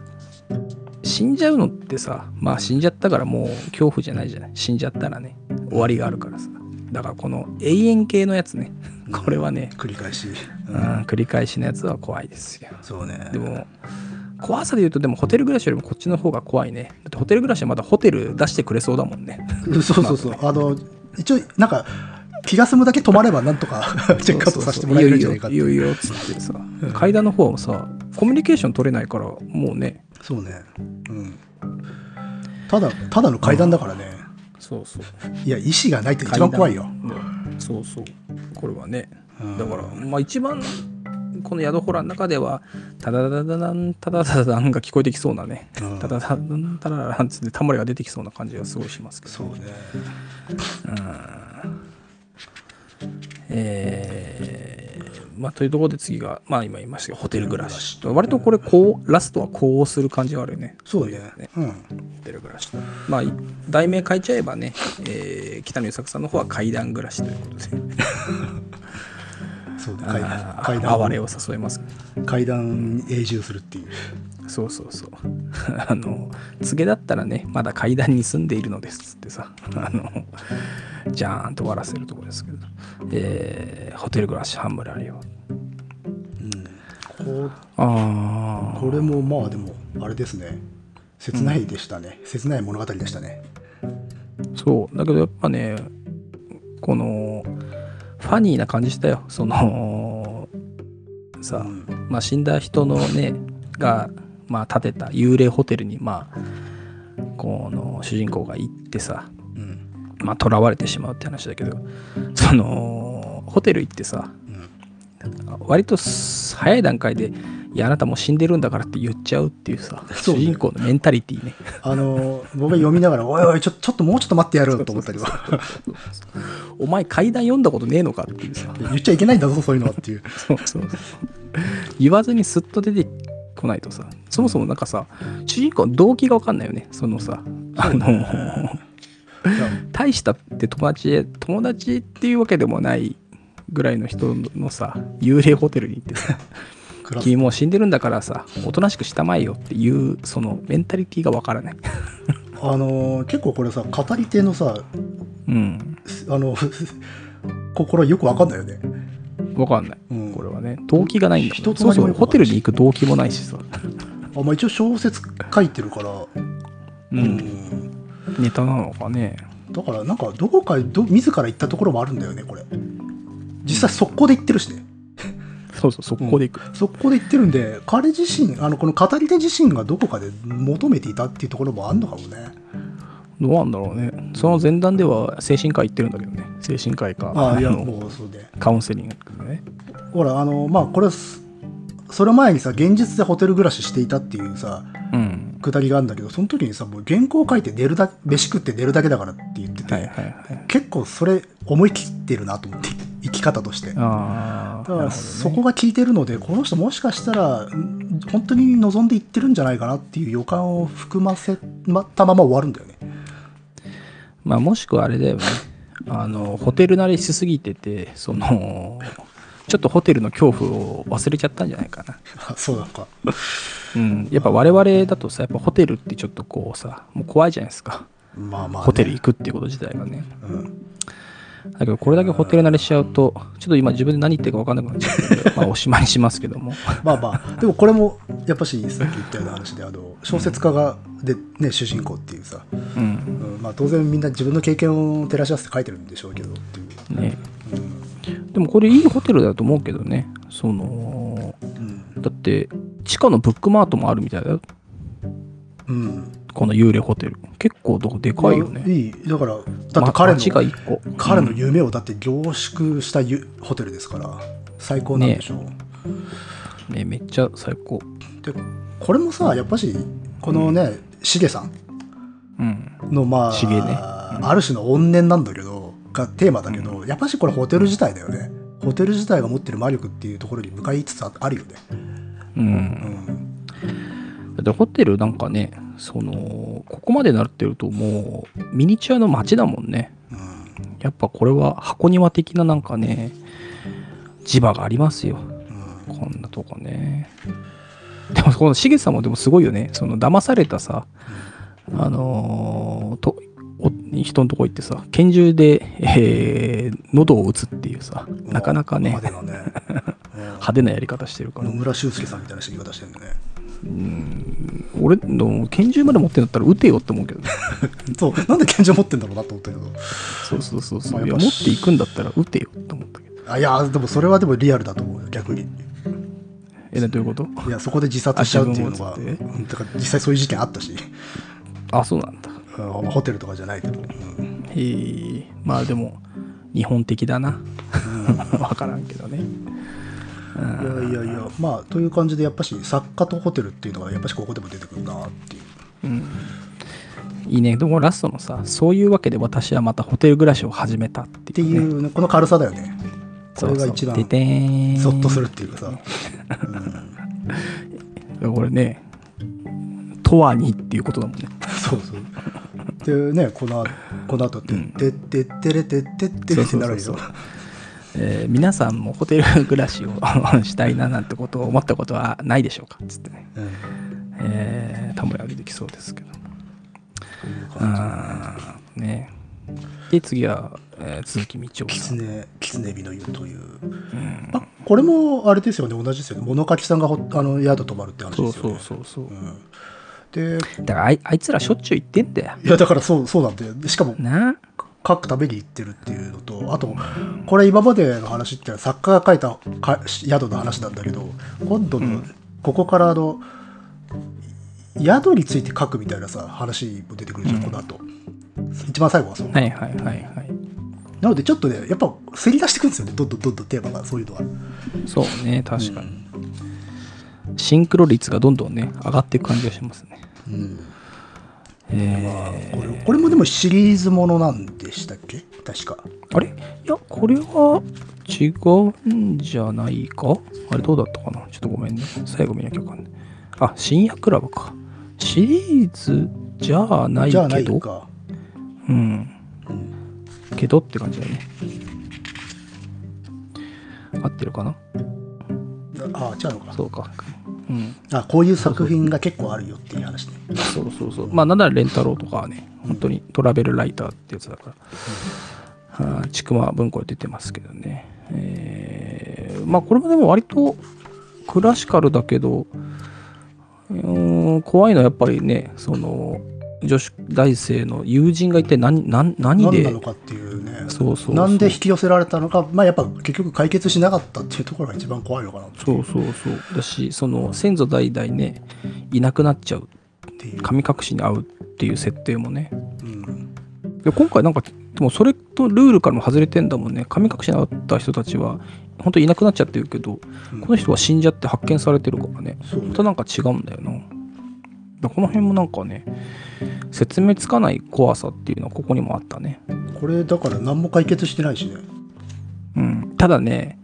A: 死んじゃうのってさまあ死んじゃったからもう恐怖じゃないじゃない死んじゃったらね終わりがあるからさだからこの永遠系のやつね これはね
B: ら繰り返し、
A: うん繰り返しのやつは怖いですよ
B: そうね
A: でも怖さで言うとでもホテル暮らしよりもこっちの方が怖いねだってホテル暮らしはまだホテル出してくれそうだもんね
B: そうそうそうあの一応なんか気が済むだけ止まればなんとか チェックアウトさせてもらえるんじゃないかって
A: い
B: いう
A: よいよいよいよっつってさ階段の方もさコミュニケーション取れないからもうね
B: そうねうんただただの階段だからね、
A: そうそう
B: いや意思がないって一番怖いよ
A: そうそうこれはね
B: うん
A: だからまあ一番この宿ホラーの中ではタダダダダンタダダダンが聞こえてきそうなね
B: うん
A: タダダダンタラランつってタモリが出てきそうな感じがすごいしますけど
B: そうね
A: えーまあというところで次がまあ今言いましたけどホテル暮らし割とこれこうラストはこうする感じがあるよね
B: そうねうん
A: ホテル暮らしまあい題名変えちゃえばね、えー北野優作さんの方は階段暮らしということで
B: そうね階
A: あ
B: 段
A: ー
B: 階段
A: 哀れを誘います
B: 階段に永住するっていう
A: そうそうそう あの告げだったらねまだ階段に住んでいるのですっつってさ あのじゃーんと終わらせるところですけど、えーホテル暮らし半村よ
B: こ
A: あ
B: これもまあでもあれですね切ないでしたね、切ない物語でしたね
A: あそうだけどやっぱねこのファニーな感じしたよそのさ、
B: うん
A: まあ、死んだ人のねが、まあ、建てた幽霊ホテルにまあこの主人公が行ってさ
B: うん
A: まあ、囚われてしまうって話だけどそのホテル行ってさ
B: うん
A: 割とす早い段階で「いやあなたもう死んでるんだから」って言っちゃうっていうさ
B: そう
A: 主
B: ね
A: 人公のメンタリティーね
B: あの僕が読みながら「おいおいちょちょっともうちょっと待ってやる」と思ったりは
A: お前階段読んだことねえのかっていうさ
B: 言っちゃいけないんだぞそういうのはっていう
A: そうそうそう言わずにすっと出てこないとさそもそもなんかさ主人公の動機が分かんないよねそのさあの
B: いや
A: 大したって友達で友達っていうわけでもないぐらいの人のさ幽霊ホテルに行ってさ
B: クラス
A: 君もう死んでるんだからさおとなしくしたまえよっていうそのメンタリティーがわからない
B: あの結構これさ語り手のさ
A: うん
B: すあの心よくわかんないよね、
A: わかんない
B: うん、
A: これはね動機がないんだもんね
B: 人と
A: そ
B: な
A: う
B: りも
A: そう
B: よく
A: ホ
B: わ
A: テル
B: かんないし
A: に行く動機もないしさ、
B: あ、まあ、一応小説書いてるから、
A: う、
B: うんん、
A: ネタなのかね
B: だからなんかどこかど自ら行ったところもあるんだよねこれ実際速攻で行ってるしね
A: そうそう速攻で行く、
B: 速攻で行ってるんで彼自身あのこの語り手自身がどこかで求めていたっていうところもあるのかもね
A: どうなんだろうねその前段では精神科行ってるんだけどね精神科医か
B: ああいや
A: あの
B: もうそうで
A: カウンセリングね
B: ほらあのまあこれはすそれ前にさ現実でホテル暮らししていたっていうさ
A: うん
B: くだりがあるんだけどその時にさもう原稿書いて寝るだ飯食って寝るだけだからって言ってて、
A: はいはいはい
B: 結構それ思い切ってるなと思って生き方としてだか
A: ああ
B: らそこが効いてるのでこの人もしかしたらん本当に望んでいってるんじゃないかなっていう予感を含ませまたまま終わるんだ よね
A: まあ、もしくはあれだよねあのホテル慣れしすぎててそのちょっとホテルの恐怖を忘れちゃったんじゃないかな、
B: あそうなんか
A: うん、やっぱ我々だとさやっぱホテルってちょっとこうさもう怖いじゃないですか
B: まあまあね、
A: ホテル行くっていうこと自体がね
B: うん
A: だけどこれだけホテル慣れしちゃうとちょっと今自分で何言ってるか分かんなくなっちゃうんでまあおしまいにしますけども
B: まあまあでもこれもやっぱしさっき言ったような話であの小説家がで、ね、主人公っていうさ、
A: うん
B: うんまあ、当然みんな自分の経験を照らし合わせて書いてるんでしょうけどっていう、
A: ね
B: うん
A: でもこれいいホテルだと思うけどねその
B: うん
A: だって地下のブックマートもあるみたいだよ
B: うん、
A: この幽霊ホテル結構どこでかいよね
B: いいだからだって彼
A: ま街が
B: の
A: 一個
B: 彼
A: う
B: の
A: ん
B: 夢をだって凝縮したゆホテルですから最高なんでしょう、
A: ねめっちゃ最高
B: でこれもさやっぱしこのね、シゲさん
A: うん
B: のまあ、
A: シゲねうん
B: ある種の怨念なんだけどがテーマだけど、やっぱしこれホテル自体だよねホテル自体が持ってる魔力っていうところに向かいつつああるよね、
A: う
B: うんん、
A: だってホテルなんかねそのここまでなってるともうミニチュアの街だもんね
B: うん、
A: やっぱこれは箱庭的ななんかね、磁場がありますよ。
B: うん
A: こんなとこね。でもこのしげさんもでもすごいよね。その騙されたさ、あのーとお人のとこ行ってさ、拳銃で、えー喉を打つっていうさ、なかなかね、
B: 派手なね
A: 派手なやり方してるか
B: うん
A: ら
B: 野。村俊介さんみたいな人言い方してるんでね
A: 俺の拳銃まで持ってんだったら撃てよって思うけどね。
B: そうなんで拳銃持ってんだろうなと思ったけど
A: そうそうそうそ
B: まあ
A: う。い
B: や
A: や
B: っぱ
A: 持っていくんだったら撃てよって思ったけど。
B: あいやでもそれはでもリアルだと思うよ逆に
A: え、どういうこと
B: いやそこで自殺しちゃうっていうの
A: あ
B: が、
A: 自分を撃つ
B: うんだから実際そういう事件あったし、
A: あ、そうなんだ。
B: うんホテルとかじゃないけど、うん
A: へえ。まあでも、日本的だな。 わからんけどね。
B: いやいやいやまあという感じでやっぱし作家とホテルっていうのがやっぱしここでも出てくるなってい
A: う
B: う
A: ん。いいね。でもラストのさ、そういうわけで私はまたホテル暮らしを始めたって
B: って
A: いう、ね。
B: い、
A: いう
B: ね、この軽さだよねこれが一番
A: でてーん。
B: ゾッとするっていうかさ、
A: これね、とはにっていうことだもんね。
B: そうそうでねこのこの後って「てってってれてってってれ」ってなる
A: そうそう
B: よ
A: そうえー皆さんもホテル暮らしをしたいななんてことを思ったことはないでしょうかつってね、
B: うん
A: えー、たもやりできそうですけど
B: こういう感
A: あーねで次は、えー、鈴木道夫
B: じ
A: さん
B: 狐狐火の湯という、あこれもあれですよね同じですよね物書きさんがほあの宿泊まるって話
A: そ
B: で
A: う
B: すよね
A: そうそうそう、
B: うんで
A: だからあいあいつらしょっちゅう行ってんだよ
B: いやだからそうそうなんだよでしかも
A: な
B: 書くために行ってるっていうのとあとこれ今までの話って作家が書いたか宿の話なんだけど今度のここからあの、宿について書くみたいなさ話も出てくるじゃん、この後一番最後はそう、
A: はいはいはいはい
B: なのでちょっとねやっぱせり出してくんですよねどんどんどんどんテーマがそういうのは
A: そうね確かに、シンクロ率がどんどんね上がっていく感じがしますね
B: うん
A: え
B: これこれもでもシリーズものなんでしたっけ確か
A: ー、あれいやこれは違うんじゃないかあれどうだったかなちょっとごめんね最後見なきゃわかんないあ深夜クラブかシリーズじゃない
B: じゃあな
A: け
B: い
A: ど
B: か
A: うんけどって感じだね合ってるかな
B: ああ違うのか
A: そうかうん
B: あこういう作品が結構あるよっていう話ね
A: そうそうそう。まあ、なんならレンタロウとかはね、本当にトラベルライターってやつだから、はあちくま文庫で出てますけどね。えーまあ、これもでも割とクラシカルだけど、うーん怖いのはやっぱりね、その、女子大生の友人が一体何何何
B: 何
A: で
B: なのかっていうね
A: そうそうそう
B: なんで引き寄せられたのかまあやっぱ結局解決しなかったっていうところが一番怖いのかな
A: そうそうそうだしその先祖代々ねいなくなっちゃう
B: っていう、
A: 神隠しに遭うっていう設定もね
B: うん、
A: で今回なんかでもそれとルールからも外れてんだもんね神隠しにあった人たちは本当いなくなっちゃってるけど、
B: うん
A: この人は死んじゃって発見されてるからね
B: そうね
A: またなんか違うんだよなだからこの辺もなんかね説明つかない怖さっていうのはここにもあったね、
B: これだから何も解決してない しね
A: うん、ただね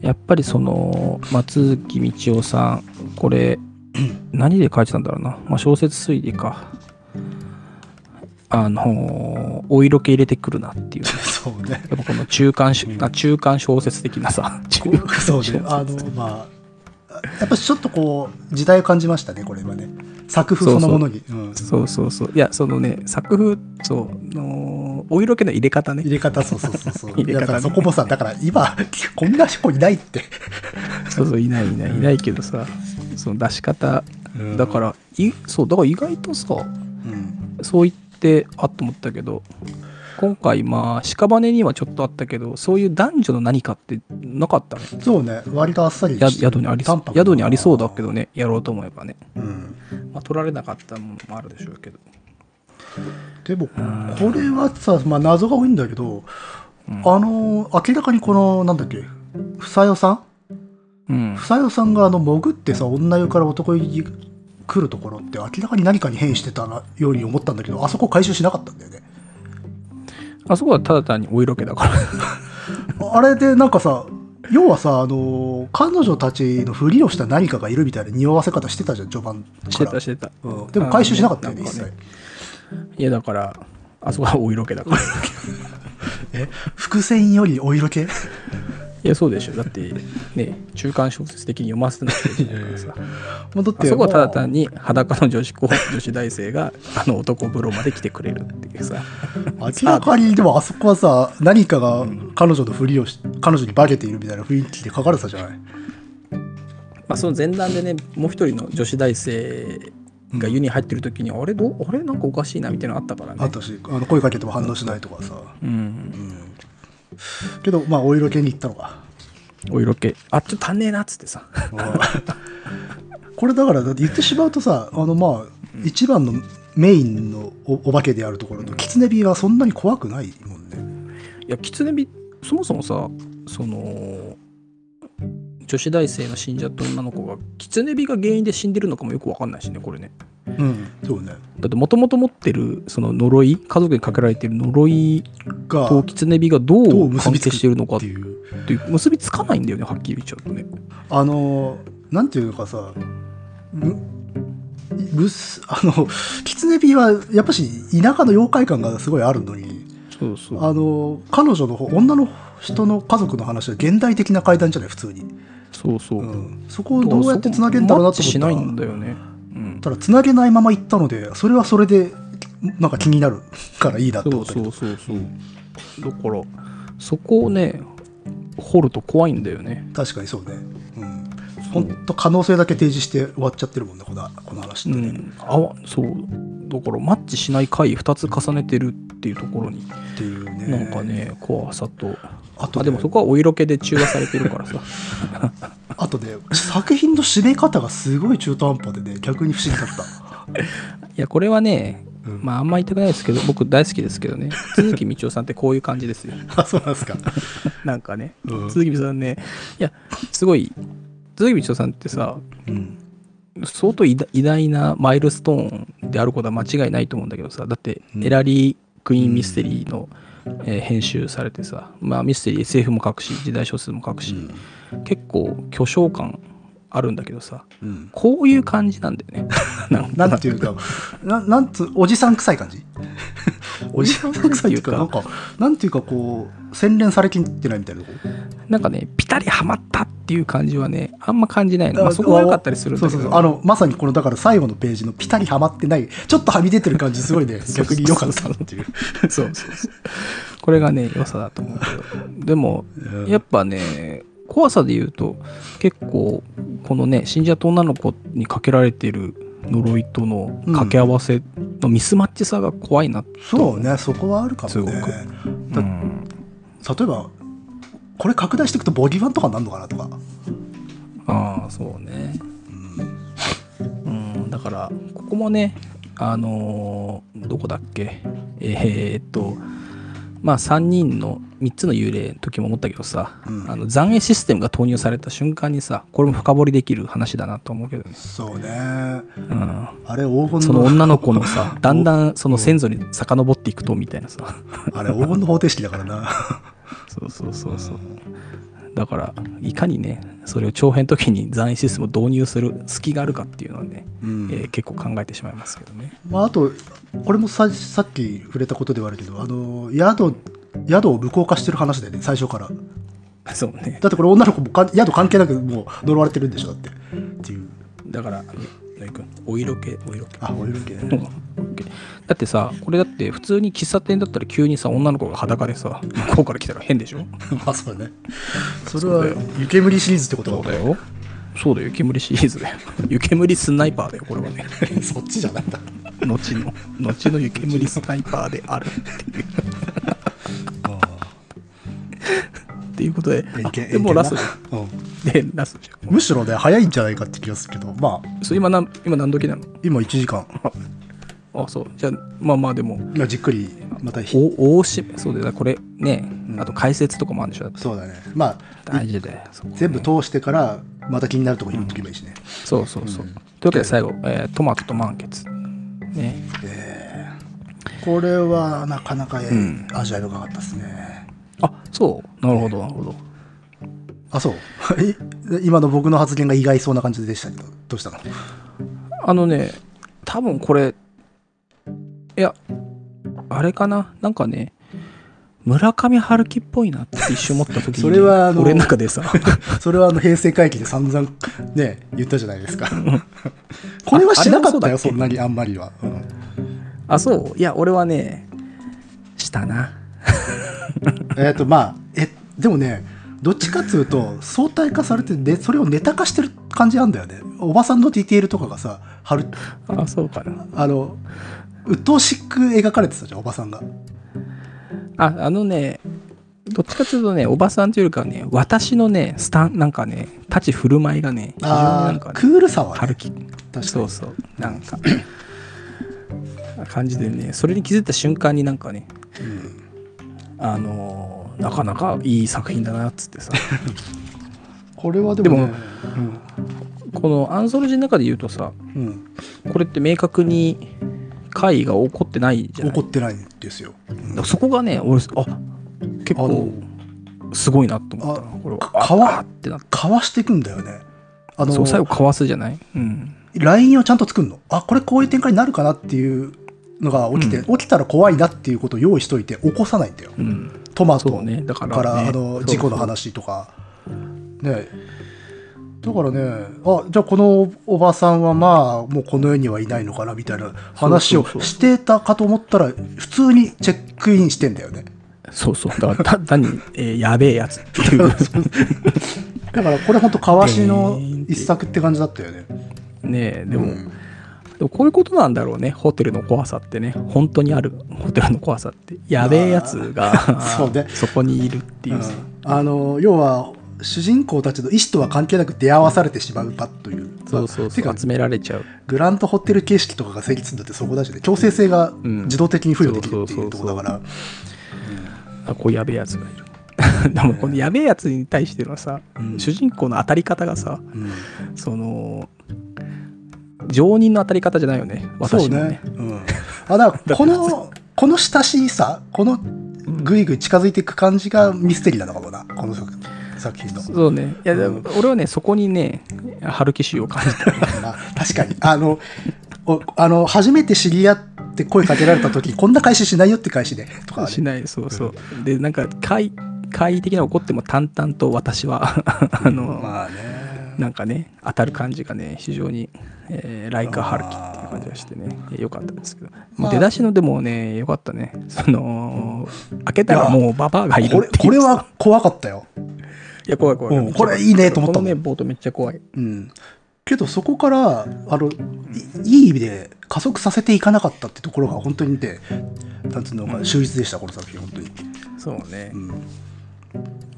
A: やっぱりその松月道夫さんこ れ何で書いてたんだろうな、まあ、小説推理かあのお色気入れてくるなっていうね
B: そうね
A: やっぱこの中間し、あ中間小説的なさ、中間
B: そう
A: 小説
B: ねあのまあやっぱちょっとこう時代を感じましたねこれはね作風そのものにうん
A: そうそうそう。いや、そのね、作風、そう、のお色気の入れ方ね
B: 入。れ方そうそうそうそう、
A: 入れ方ね
B: やっぱそこもさだから今 こんな人いないって
A: そうそう、いないいないいないけどさ、その出し方、だから、いそう、だから意外とさ、
B: うん
A: そう言って、あっと思ったけど、今回、まあ、屍にはちょっとあったけど、そういう男女の何かってなかったね。
B: そうね割とあっさり
A: や
B: してる
A: 宿にありそう
B: 淡、泊な
A: 宿にありそうだけどね、やろうと思えばね。
B: うん
A: まあ、取られなかったものもあるでしょうけど。
B: でもこれはさ、まあ、謎が多いんだけど、あの明らかにこのなんだっけ房代さん
A: うん。
B: 房代さんがあの潜ってさ女湯から男湯に来るところって明らかに何かに変異してたなように思ったんだけどあそこ回収しなかったんだよね
A: あそこはただ単にお色気だから。
B: あれでなんかさ要はさあの彼女たちのふりをした何かがいるみたいな匂わせ方してたじゃん序盤から
A: してたしてた。
B: うん、でも回収しなかったよね
A: あ
B: 一
A: の
B: 切
A: ねいやだから、あそこはお色気だから。
B: え伏線よりお色気
A: いやそうでしょだってね中間小説的に読ませてないといけないからさ
B: もうだっ
A: あ
B: て
A: そこはただ
B: もう
A: 単に裸の女子高女子大生があの男風呂まで来てくれるっていうさ
B: 明らかにでもあそこはさ何かが彼女のふりをし彼女に化けているみたいな雰囲気で書かれてたじゃない
A: まあ、その前段でねもう一人の女子大生が湯に入ってる時に、あれどうあれなんかおかしいなみたいなのあったからね
B: あったしあの声かけても反応しないとかさ、
A: うん
B: けどまあお色気に行ったのか
A: お色気あちょっと足んねえなっつってさ
B: これだからだって言ってしまうとさあのまあ一番のメインのおお化けであるところとキツネビはそんなに怖くないもんね
A: いや狐火そもそもさその女子大生の信者と女の子が狐火が原因で死んでるのかもよくわかんないしねこれね
B: うんそうね
A: だってもともと持ってるその呪い家族にかけられてる呪い
B: が
A: と狐火がど
B: どう
A: う
B: 結
A: 関
B: びつ
A: 係
B: く
A: してるのかっ
B: って
A: て
B: いう
A: いう結びつかないんだよねはっきり言っちゃうとね
B: あのなんていうかさむむすあのキツネビはやっぱし田舎の妖怪感がすごいあるのに
A: そうそ
B: あの彼女の方女の人の家族の話は現代的な怪談じゃない普通に、
A: そうそう、
B: うん、そこをどうやってつなげんだろうなと思ったら
A: しないんだよね。うん。
B: ただつなげないまま行ったのでそれはそれでなんか気になるからいいなと
A: そ
B: 思
A: う
B: った
A: そ
B: けど
A: うそうそう。だからそこをね掘ると怖いんだよね。
B: 確かにそうねうん本当可能性だけ提示して終わっちゃってるもんねこのこの話
A: う
B: ってね、
A: ん。あわそう。だからマッチしない回2つ重ねてるっていうところに
B: っていうね
A: なんかね怖さと。
B: あと
A: あ
B: ね
A: でもそこはお色気で中和されてるから さ
B: あとね作品の締め方がすごい中途半端でね逆に不思議だった
A: いやこれはね
B: うん
A: まああんま言いたくないですけど僕大好きですけ どね鈴木みちおさんってこういう感じですよ
B: あそうなんで すか
A: なんかね
B: うん
A: 鈴木みちおさんねいやすごい鈴木みちおさんってさ
B: うん
A: 相当偉大偉大なマイルストーンであることは間違いないと思うんだけどさだって
B: うん
A: エラリー・クイーン・ミステリーの、えー編集されてさ、まあ、ミステリー SF も書くし時代小説も書くし、結構巨匠感あるんだけどさ
B: うん
A: こういう感じなんだ よねなんか
B: なん ていうかななんつおじさん臭い感じおじさん臭いっていうかなんかなんていうかこう洗練されきってないみたいなとこ
A: なんかねピタリハマったっていう感じはねあんま感じないの、まあ、
B: あ
A: そこは良かったりするんだけど
B: そうそうそうあのまさにこのだから最後のページのピタリはまってないちょっとはみ出てる感じすごいね
A: そうそうそう
B: 逆に良かったっていう
A: そうそうそうこれがね良さだと思うけどでも
B: うん
A: やっぱね怖さで言うと結構このね信者と女の子にかけられてる呪いとの掛け合わせのミスマッチさが怖いなって、
B: そうねそこはあるかもね
A: すごく
B: だ例えばこれ拡大していくとボディワンとかになるのかなとか
A: ああそうねうんだからここもねあのーどこだっけえーっとまあ3人の3つの幽霊の時も思ったけどさ、
B: うん
A: あの残影システムが投入された瞬間にさこれも深掘りできる話だなと思うけどね、
B: そうね
A: うん、
B: あれ黄金
A: その女の子の さだんだんその先祖に遡っていくとみたいなさ
B: あれ黄金の方程式だからな
A: そうそうそうそうだからいかにねそれを長編の時に残影システムを導入する隙があるかっていうのはね、
B: うん
A: えー結構考えてしまいますけどね
B: まあ、あとこれもささっき触れたことではあるけどあの宿宿を無効化してる話だよね最初から
A: そうね
B: だってこれ女の子もか宿関係なくもう呪われてるんでしょだってっていう
A: だから野井君お色気お色気
B: あ俺いる け
A: うん OK だってさこれだって普通に喫茶店だったら急にさ女の子が裸でさ向こうから来たら変でしょ
B: まあそうだねそれ
A: そう
B: は
A: だよ
B: 湯煙シリーズってことだ
A: よそうだよ湯煙シリーズだよ 湯煙スナイパーだよこれはね
B: そっちじゃないんだ
A: 後の後の湯煙スナイパーであるっていうっていうことであ でもうラストじゃんでラストじゃんも
B: むしろね早いんじゃないかって気がするけどまあ
A: うそう今何今何時なの
B: 今1時間
A: あそうじゃあまあまあでも
B: まあじっくりまたひ
A: お大締めそうだよだからこれねあと解説とかもあるんでしょだって
B: そうだねまあ
A: 大事だよそこ
B: 全部通してからまた気になるとこ拾っておけばいいしね、
A: そうそうそう、というわけで最後、えートマトと満月ね
B: これはなかなか、え
A: ん
B: 味わい深かったですね
A: あそうなるほどなるほど
B: あそう え今の僕の発言が意外そうな感じでしたけどどうしたの
A: あのね多分これいやあれかななんかね村上春樹っぽいなって一瞬思った時に
B: それはあの
A: 俺の中でさ
B: それはあの平成会議で散々ね言ったじゃない ですかこれはしなかった
A: あれ
B: よ
A: もそうだっけ
B: そんなにあんまりは、うん
A: あそういや俺はねしたな
B: えっとまあえでもねどっちかっつうと相対化されてでそれをネタ化してる感じなんだよねおばさんのディテールとかがさはる
A: あそうかな
B: あの鬱陶しく描かれてたじゃんおばさんが
A: ああのねどっちかというとねおばさんというよりかはね私のねスタンなんかね立ち振る舞いがね非常にな
B: あ
A: んかね
B: ークールさは、
A: 春
B: ね、
A: 樹
B: 確か
A: そ
B: に
A: うそうなんか 感じでねそれに気づいた瞬間になんかね
B: うん
A: あのーなかなかいい作品だなっつってさ
B: これはでも,、ね、
A: でもこのアンソロジーの中で言うとさ
B: うんうん
A: これって明確に怪異が起こってないじゃない
B: 怒ってないんですよ
A: だからそこがね俺あ結
B: あの
A: 構すごいなと思ったな
B: あ
A: これは
B: かかわ
A: あってなった
B: かわしていくんだよねあの
A: そう最後かわすじゃないうん
B: ラインをちゃんと作るのあこれこういう展開になるかなっていうのが起きて、起きたら怖いなっていうことを用意しといて起こさないんだよ
A: うん
B: トマ
A: そ
B: ト
A: うねだからね
B: から、あ
A: そうそ
B: の
A: う
B: 事故の話とかねだからねあじゃあこのおばさんはまあもうこの世にはいないのかなみたいな話を
A: そうそうそう
B: してたかと思ったら普通にチェックインしてんだよね
A: そうそうだ からた単に、えーやべえやつっていう
B: だからこれほんとかわしの
A: えー
B: 一作って感じだったよね
A: ねえでも、
B: うん
A: でもこういうことなんだろうねホテルの怖さってね本当にあるホテルの怖さってやべえやつが
B: そうね
A: そこにいるっていうさ、
B: うんあの要は主人公たちの意思とは関係なく出会わされてしまうかという
A: そうそうそ
B: てか
A: う集められちゃう
B: グランドホテル形式とかが成立するんだってそこだしね強制性が
A: ん
B: 自動的に付与できるっていう
A: そう
B: と
A: そうそうそう
B: ころだから、
A: あこうやべえやつがいる でもこのやべえやつに対してのさ、
B: うん
A: 主人公の当たり方がさ
B: うん
A: その常人の当たり方じゃないよね
B: そう
A: 私の
B: ね
A: ね、
B: うん、あだからこのこの親しいさこのぐいぐい近づいていく感じがミステリーなのかもなこの作作品の、
A: そうねいや、でも俺はねそこにね春樹臭を感じた
B: まあ、確かにあのおあの初めて知り合って声かけられた時こんな返ししないよって返しでとか、ね、
A: しないそうそう、でなんか怪怪異的な怒っても淡々と私は あの、
B: まあね
A: なんかね当たる感じがね非常に、えーライカ・ハルキっていう感じがしてねえー良かったですけど、も
B: まあ
A: う出だしのでもね良かったねその開けたらもうババアがいるってい
B: こ
A: う
B: れこれは怖かったよ、
A: いや怖い怖い、
B: うん
A: めっちゃ
B: これいいねと思った
A: こ
B: もん
A: のねボートめっちゃ怖い
B: うん、けどそこからあのいいい意味で加速させていかなかったってところが本当にねなんつうのか秀逸でしたこの作品本当に。
A: そうね、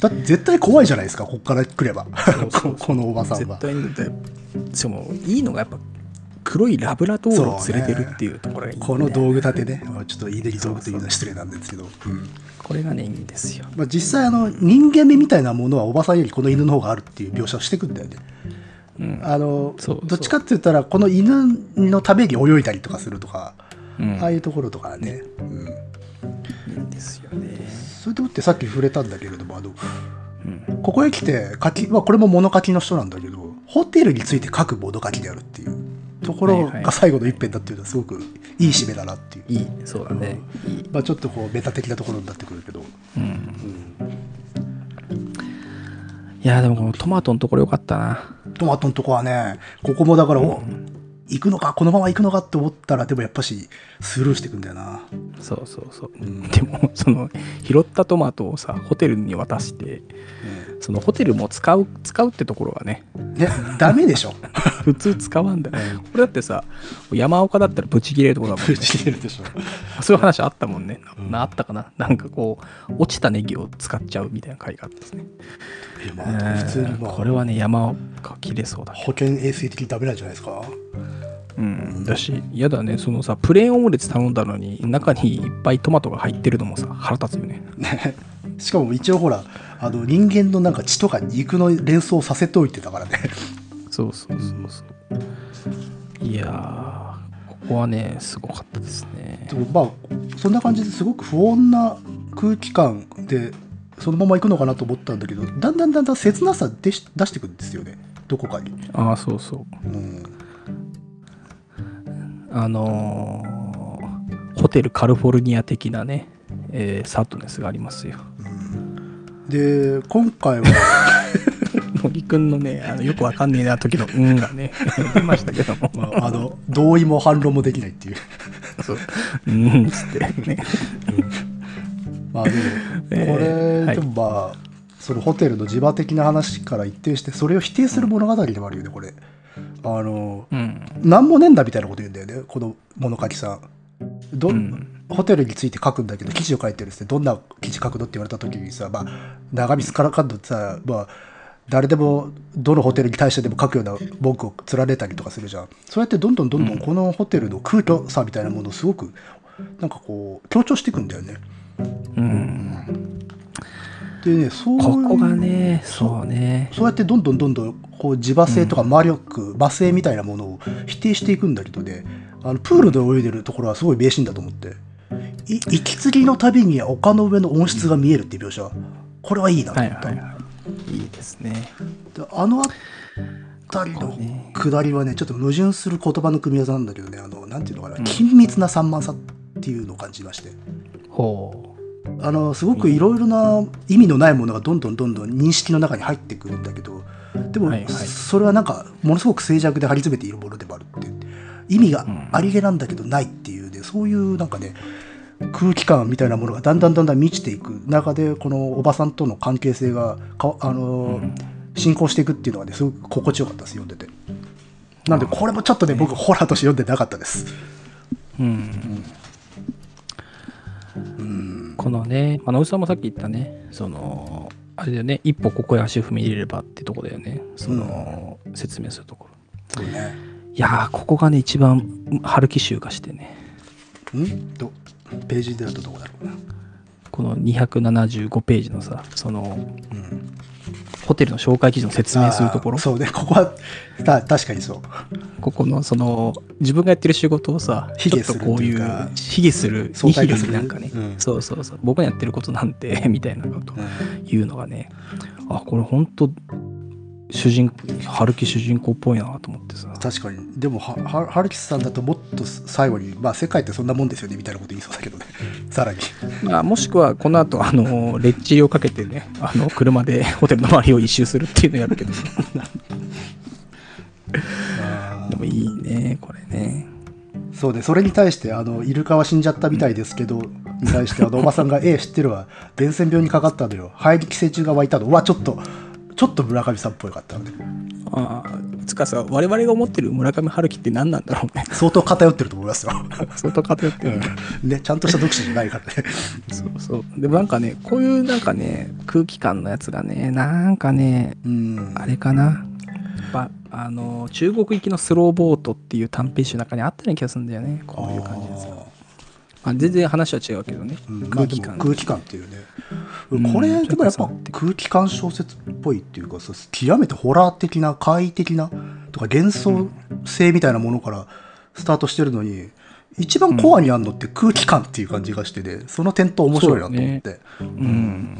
B: だって絶対怖いじゃないですかここから来れば
A: うそうそう
B: ここのおばさんは
A: 絶対にだってしかもいいのがやっぱ黒いラブラドールを連れてるっていうところがいい、ね
B: この道具立てねちょっと言い出り道具というのは失礼なんですけど、うん
A: これがねいいんですよ
B: まあ、実際あの人間味みたいなものはおばさんよりこの犬の方があるっていう描写をしてくんだよね、
A: うん
B: あの
A: そうそう
B: どっちかって言ったらこの犬のために泳いだりとかするとか、
A: うん
B: ああいうところとかね、うん
A: いいんですよね
B: それでもってさっき触れたんだけれどもあの、ここへ来て書き、まあ、これも物書きの人なんだけどホテルについて書く物書きであるっていうところ
A: はいは
B: が
A: い
B: 最後の一編だっていうのはすごくいい締めだなっていう、
A: いいそうだねいい
B: まあ、ちょっとこうメタ的なところになってくるけど、
A: いやでもこのトマトのところ良かったな
B: トマトのとこはねここもだから、お行くのかこのまま行くのかって思ったらでもやっぱしスルーしてくんだよな
A: そうそうそう、でもその拾ったトマトをさホテルに渡して、そのホテルも使う使うってところがね
B: ねダメでしょ
A: 普通使わんだよ、これだってさ山岡だったらブチ切れるとこだもんね
B: ち切れるでしょ
A: そういう話あったもんね、ななあったかななんかこう落ちたネギを使っちゃうみたいな回があったですね、
B: いやまあ普通にまあ
A: これはね山岡切れそうだけ
B: 保険衛生的にダメなんじゃないですか
A: ど、うん、だし嫌だねそのさプレーンオムレツ頼んだのに中にいっぱいトマトが入ってるのもさ腹立つよね
B: ねしかも一応ほらあの人間のなんか血とか肉の連想をさせておいてたからね
A: そうそうそうそう。いやー、ここはね、すごかったですね
B: で。もまあそんな感じですごく不穏な空気感でそのまま行くのかなと思ったんだけどだんだんだんだん切なさでし出してくんですよねどこかに、
A: ああ、そうそう。
B: うん、
A: あのーホテルカルフォルニア的なね、えーサドネスがありますよ。
B: で今回は
A: 茂木くんのね、あのよくわかんねえな時の「うん」がね、 出ましたけども、
B: まああの同意も反論もできないっていう
A: そううんっつってね。
B: まあでもこ
A: えーは
B: れ
A: い
B: でもまあ、そのホテルの磁場的な話から一定してそれを否定する物語でもあるよねこれあの
A: うん。
B: なんもねえんだみたいなこと言うんだよねこの物書きさんど、
A: うん
B: ホテルについて書くんだけど記事を書いてるっつってどんな記事書くのって言われた時にさまあ長見すからかんとさまあ誰でもどのホテルに対してでも書くような文句を連ねたりとかするじゃんそうやってどんどんどんどんこのホテルの空虚さみたいなものをすごくなんかこう強調していくんだよね
A: うん、
B: でねそういう
A: ここがね、そうね。
B: そうやってどんどんどんどんこう磁場性とか魔力、馬性みたいなものを否定していくんだけどねあのプールで泳いでるところはすごい名シーンだと思ってい息継ぎのたびに丘の上の温室が見えるっていう描写これはいいなと
A: は
B: 思
A: い
B: った、
A: はいはい。いいですね。
B: であの辺りの下りはねちょっと矛盾する言葉の組み合わせなんだけどねあのなんていうのかな、
A: うん
B: 緊密な散漫さっていうのを感じまして
A: ほ
B: あのすごくいろいろな意味のないものがどんどんどんどん認識の中に入ってくるんだけどでも、
A: はいはい
B: それはなんかものすごく静寂で張り詰めているものでもあるっていう意味がありげなんだけどないっていうねそういうなんかね空気感みたいなものがだんだんだんだん満ちていく中でこのおばさんとの関係性がかあ
A: う。
B: の、
A: うん
B: 進行していくっていうのがねすごく心地よかったです読んでて。なんでこれもちょっとね僕ホラーとして読んでなかったです。
A: うんこのね、まあ、野口さんもさっき言ったね、その、あれだよね、一歩ここへ足を踏み入れればってとこだよね、その、説明するところ。
B: そうね。
A: いやー、ここがね、一番、春樹集がしてね、
B: んとページでだとどこだろうな。
A: この275ページのさ、その、
B: うん
A: ホテルの紹介記事の説明するとこ
B: あ
A: ろ
B: ー、そうねここはた確かにそう
A: ここの、その、自分がやってる仕事をさ、
B: 卑
A: ちょ
B: 下
A: っと
B: する
A: ことう
B: い
A: いう
B: か
A: う、卑下する、
B: 相対化
A: に
B: する
A: なんかね、
B: うん
A: そうそうそう、僕のやってることなんて、みたいなこと。いうのがねあこれ本当主人春樹主人公っぽいなと思ってさ
B: 確かにでもははハルキスさんだともっと最後に「まあ世界ってそんなもんですよね」みたいなこと言いそうだけどねさらに
A: まあもしくはこの後あのレッチリをかけてねあの車でホテルの周りを一周するっていうのやるけどでもいいねこれね
B: そうねそれに対してあの「イルカは死んじゃったみたいですけど」に対して あのおばさんが「ええ知ってるわ伝染病にかかったのよ肺に寄生虫が湧いたの」うわちょっとちょっと村上さんっぽいかったね
A: ああつかさ我々が思ってる村上春樹って何なんだろうね
B: 相当偏ってると思 いますよ、
A: 相当偏ってるね
B: ねちゃんとした読者じゃないからね
A: そうそうでもなんかねこういうなんかね空気感のやつがねなんかね
B: うん
A: あれかな。やっぱあの中国行きのスローボートっていう短編集の中にあったような気がするんだよね。こういう感じです。
B: あー
A: まあ、全然話は違うけどね。
B: うんまあ
A: 空
B: で
A: 気
B: も
A: 感。
B: 空気感っていうね、
A: うん
B: これでもやっ
A: ちょっ
B: ぱ
A: とそう
B: 空気感小説っぽいっていうかさ極めてホラー的な怪異的なとか幻想性みたいなものからスタートしてるのに、一番コアにあるのって空気感っていう感じがしててその点と面白いなと思って、
A: うん。